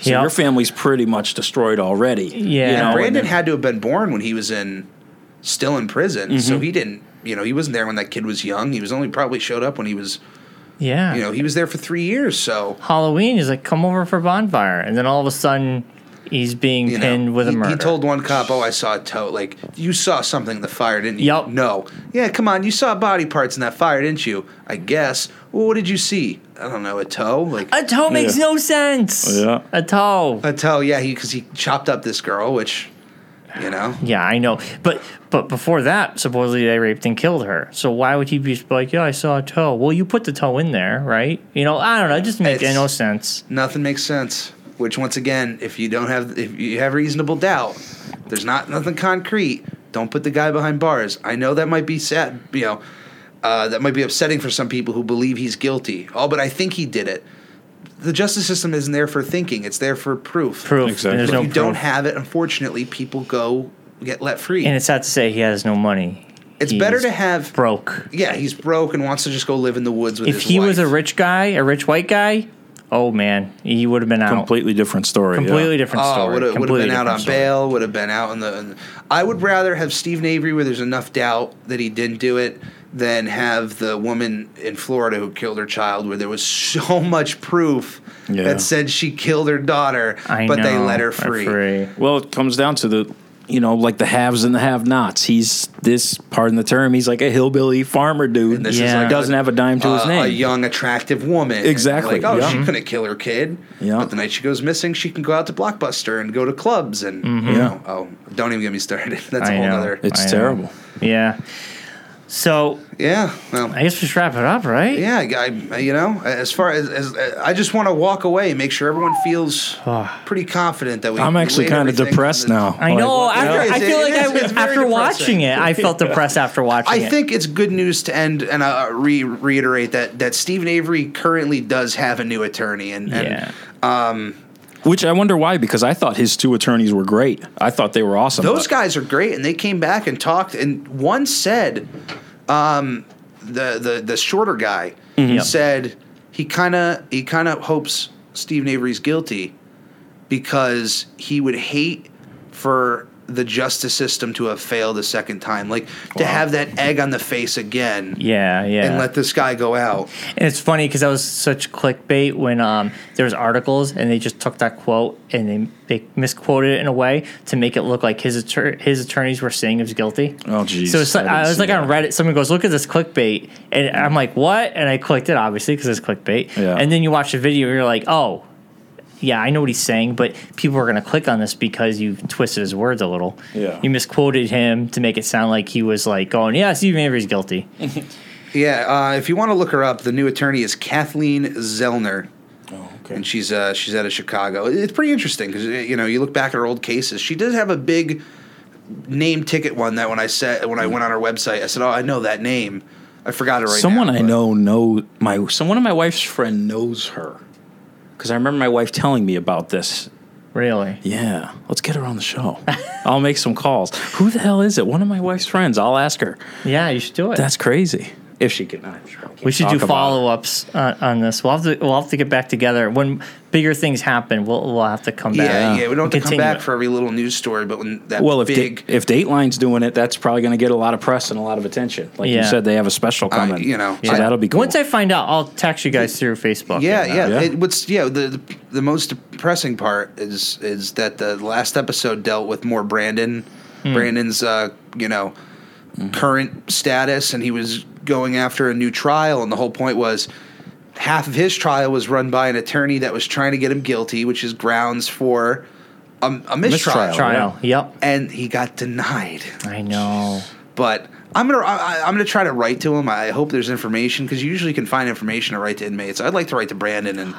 V: So yep. your family's pretty much destroyed already.
U: Yeah. You
J: know, Brandon then, had to have been born when he was in still in prison, mm-hmm. so he didn't, you know, he wasn't there when that kid was young. He was only probably showed up when he was
U: yeah.
J: You know, he was there for three years, so
U: Halloween is like come over for bonfire and then all of a sudden He's being
J: you know,
U: pinned with a
J: he-
U: murder.
J: He told one cop, "Oh, I saw a toe. Like you saw something in the fire, didn't you?"
U: Yup.
J: No. Yeah, come on. You saw body parts in that fire, didn't you? I guess. Well, what did you see? I don't know. A toe. Like
U: a toe makes no sense.
J: Yeah.
U: A toe.
J: A toe. Yeah, because he chopped up this girl, which you know.
U: Yeah, I know. But but before that, supposedly they raped and killed her. So why would he be like, yeah, I saw a toe? Well, you put the toe in there, right? You know, I don't know. It just makes
J: It's-
U: no sense.
J: Nothing makes sense. Which once again, if you don't have if you have reasonable doubt, there's not nothing concrete. Don't put the guy behind bars. I know that might be sad, you know, uh, that might be upsetting for some people who believe he's guilty. Oh, but I think he did it. The justice system isn't there for thinking; it's there for proof.
U: Proof. Exactly. There's
J: If
U: no
J: you don't
U: proof.
J: have it, unfortunately, people go get let free.
U: And it's not to say he has no money.
J: It's
U: He's
J: better to have
U: broke.
J: Yeah, he's broke and wants to just go live in the woods with
U: If
J: his
U: he
J: wife.
U: was a rich guy, a rich white guy, oh man, he would have been out.
V: Completely different story. yeah.
U: Completely different
J: Oh,
U: story.
J: would have, would have
U: Completely
J: been out
U: different
J: on
U: story.
J: bail. Would have been out on the. on- I would rather have Steve Avery, where there's enough doubt that he didn't do it, than have the woman in Florida who killed her child, where there was so <laughs> much proof
V: Yeah.
J: that said she killed her daughter,
U: I
J: but they
U: know,
J: let her
U: let
J: free.
V: Well, it comes down to the, you know, like the haves and the have-nots. He's this, pardon the term, he's like a hillbilly farmer dude.
J: And this is like
V: doesn't have a dime to his
J: uh,
V: name.
J: A young, attractive woman.
V: Exactly,
J: Like, oh,
V: yeah.
J: she
V: Mhm.
J: couldn't kill her kid.
V: Yeah.
J: But the night she goes missing, she can go out to Blockbuster and go to clubs and
U: Mhm.
J: you
U: Yeah.
J: know. Oh, don't even get me started. <laughs> That's a
U: I
J: whole
U: know,
J: other.
U: I know. Yeah. So
J: yeah, well,
U: I guess we should wrap it up, right?
J: Yeah, I, I- you know, as far as, as uh, I just want to walk away, and make sure everyone feels pretty confident that we.
V: I'm actually
J: laid
V: kind of
J: everything
V: depressed now.
U: I know.
J: It
U: after,
J: is,
U: I feel
J: it
U: like
J: is,
U: I,
J: it's very
U: after watching
J: depressing.
U: it, I felt depressed after watching
J: I
U: it.
J: think it's good news to end, and I re- reiterate that that Stephen Avery currently does have a new attorney, and, and um,
V: Which I wonder why, because I thought his two attorneys were great. I thought they were awesome.
J: those
V: but-
J: guys are great, and they came back and talked, and one said, um, the the the shorter guy
V: Mhm. Yep.
J: said he kind of he kind of hopes Stephen Avery's guilty because he would hate for the justice system to have failed a second time, like to have that egg on the face again.
U: Yeah, yeah.
J: And let this guy go out.
U: And it's funny because that was such clickbait when um, there was articles and they just took that quote and they, they misquoted it in a way to make it look like his attor- his attorneys were saying he was guilty.
V: Oh, geez.
U: so it's like,
V: didn't
U: I was
V: see
U: like
V: that.
U: on Reddit, someone goes, "Look at this clickbait," and I'm like, "What?" And I clicked it obviously because it's clickbait.
V: Yeah.
U: And then you watch the video, and you're like, "Oh, yeah, I know what he's saying," but people are gonna click on this because you twisted his words a little.
J: Yeah.
U: you misquoted him to make it sound like he was like going, "Yeah, Stephen Avery's guilty."
J: Yeah, uh, if you want to look her up, the new attorney is Kathleen Zellner. Oh, okay. And she's uh, she's out of Chicago. It's pretty interesting because you know you look back at her old cases. She did have a big name ticket one that when I said when I went on her website, I said, "Oh, I know that name." I forgot it right
V: someone
J: now.
V: I know know my someone of my wife's friend knows her because I remember my wife telling me about this.
U: Really?
V: Yeah. Let's get her on the
U: <laughs>
V: show. I'll make some calls. Who the hell is it? One of my wife's friends. I'll ask her.
U: Yeah, you should do it.
V: That's crazy. If she can, I'm sure.
U: We should do
V: talk about it.
U: follow ups on, on this. We'll have to we'll have to get back together when bigger things happen. We'll we'll have to come back.
J: Yeah, yeah, we don't have to come
U: Continue
J: back
U: it.
J: for every little news story, but when that
V: well, if
J: big
V: Da- if Dateline's doing it, that's probably going to get a lot of press and a lot of attention. Like you
U: Yeah.
V: said, they have a special
J: I-
V: coming.
J: you know,
V: so
J: I-
V: that'll be cool.
U: Once I find out, I'll text you guys through Facebook.
J: Yeah,
U: and, uh,
J: yeah. It, what's yeah the, the the most depressing part is is that the last episode dealt with more Brandon,
U: Hmm.
J: Brandon's uh, you know Mm-hmm. current status, and he was going after a new trial, and the whole point was half of his trial was run by an attorney that was trying to get him guilty, which is grounds for a, a mistrial.
U: Trial. Yep.
J: And he got denied.
U: I know.
J: But I'm gonna I, I- I'm gonna try to write to him. I hope there's information because you usually can find information to write to inmates. I'd like to write to Brandon and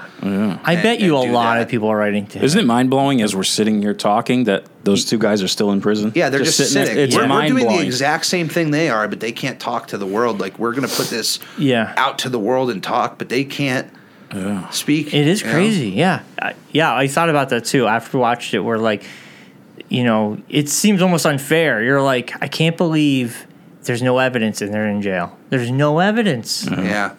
U: I bet you a lot of people are writing to him.
V: Isn't it mind blowing as we're sitting here talking that those two guys are still in prison?
J: Yeah, they're just,
V: there.
J: sitting.
V: It's
J: We're, we're
V: mind
J: doing
V: blowing.
J: the exact same thing they are, but they can't talk to the world. Like we're going to put this
U: Yeah.
J: out to the world and talk, but they can't speak.
U: It is
J: you know?
U: crazy. Yeah. I, yeah. I thought about that too after we watched it, where like, you know, it seems almost unfair. You're like, I can't believe there's no evidence and they're in jail. There's no evidence.
J: Yeah.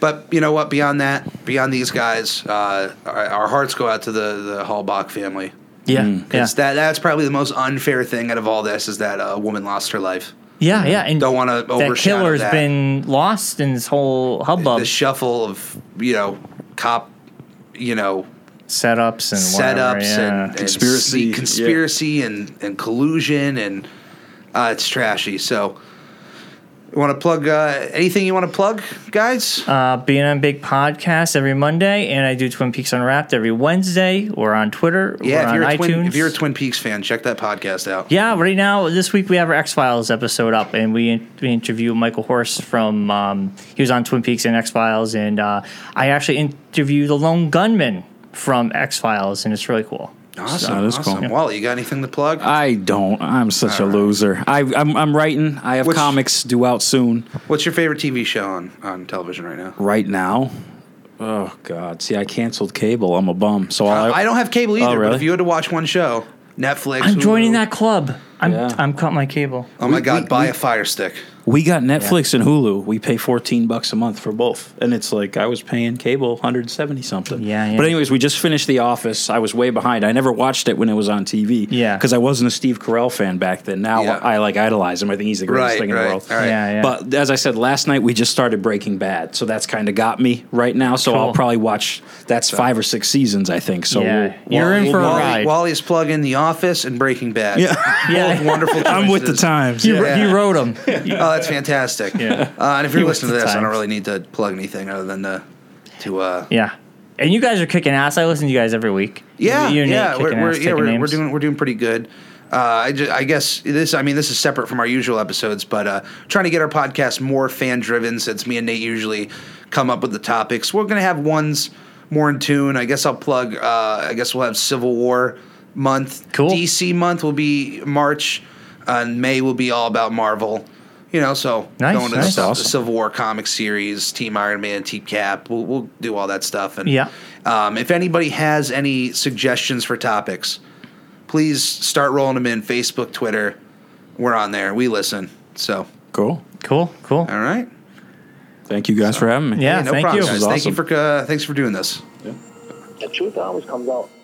J: But you know what? Beyond that, beyond these guys, uh, our, our hearts go out to the the Hallbach family.
U: Yeah. Yeah.
J: Because that that's probably the most unfair thing out of all this is that a woman lost her life.
U: Yeah, yeah, and
J: don't want to
U: that
J: overshadow
U: killer's
J: that.
U: been lost Um, in this whole hubbub.
J: the shuffle of you know cop you know
U: setups and
J: setups
U: whatever, yeah.
J: and, and conspiracy, conspiracy, yeah. and and collusion, and uh, it's trashy. So. You want to plug uh, anything you want to plug, guys?
U: Uh, being on Big Podcast every Monday, and I do Twin Peaks Unwrapped every Wednesday. We're on Twitter.
J: Yeah,
U: if
J: you're,
U: on
J: Twin,
U: iTunes.
J: if you're a Twin Peaks fan, check that podcast out.
U: Yeah, right now, this week we have our X Files episode up, and we, we interview Michael Horst from, um, he was on Twin Peaks and X Files, and uh, I actually interview the lone gunman from X Files, and it's really cool. Uh,
J: Awesome. So awesome. Cool. Wally, you got anything to plug?
V: I don't. I'm such All a loser. Right. I, I'm, I'm, writing. I have what's, comics due out soon.
J: What's your favorite TV show on, on television right now?
V: Right now? Oh, God. See, I canceled cable. I'm a bum. So
J: I, I don't have cable either, oh, really? but if you had to watch one show, Netflix.
U: I'm Hulu. joining that club. I'm, yeah. I'm cutting my cable.
J: Oh, my we, God. We, buy we, a Fire Stick.
V: We got Netflix yeah. and Hulu. We pay 14 bucks a month for both. And it's like I was paying cable 170 something.
U: Yeah, yeah.
V: But anyways, we just finished The Office. I was way behind. I never watched it when it was on TV.
U: Yeah.
V: Cuz I wasn't a Steve Carell fan back then. Now yeah. I like idolize him. I think he's the greatest
J: right,
V: thing
J: right.
V: in the world.
U: Right. Yeah, yeah.
V: But as I said last night, we just started Breaking Bad. So that's kind of got me right now. So cool. I'll probably watch that's so. 5 or 6 seasons I think. So
U: yeah.
V: we'll,
U: you're
V: we'll,
U: in for
V: we'll,
U: a ride.
J: Wally's plugging The Office and Breaking
V: <laughs>
J: Bad.
V: Yeah.
U: yeah.
J: wonderful
U: <laughs>
J: choices.
V: I'm with the times.
U: You, <laughs> yeah. He
J: <laughs>
U: wrote them.
J: oh, that's fantastic.
U: Yeah.
J: Uh, and if you're listening to this, I don't really need to plug anything other than to, to uh,
U: yeah. And you guys are kicking ass. I listen to you guys every week.
J: Yeah,
U: you
J: yeah, we're, we're
U: ass,
J: yeah we're, we're,
U: names.
J: doing we're doing pretty good. Uh, I, just, I guess this. I mean, this is separate from our usual episodes, but uh, trying to get our podcast more fan driven. Since me and Nate usually come up with the topics, we're going to have ones more in tune. I guess I'll plug. Uh, I guess we'll have Civil War month.
U: Cool.
J: DC month will be March, and May will be all about Marvel you know, so
U: nice,
J: going to
U: nice.
J: the,
U: awesome.
J: Civil War comic series, Team Iron Man, Team Cap, we'll, we'll do all that stuff. And
U: yeah,
J: um, if anybody has any suggestions for topics, please start rolling them in. Facebook, Twitter, we're on there. We listen. So
V: cool,
U: cool, cool.
J: All right.
V: Thank you guys so, for having me.
U: Yeah,
J: hey, no
U: thank
J: problem,
U: you.
J: Guys.
V: Awesome.
J: Thank you for uh, thanks for doing this.
C: The truth always comes out.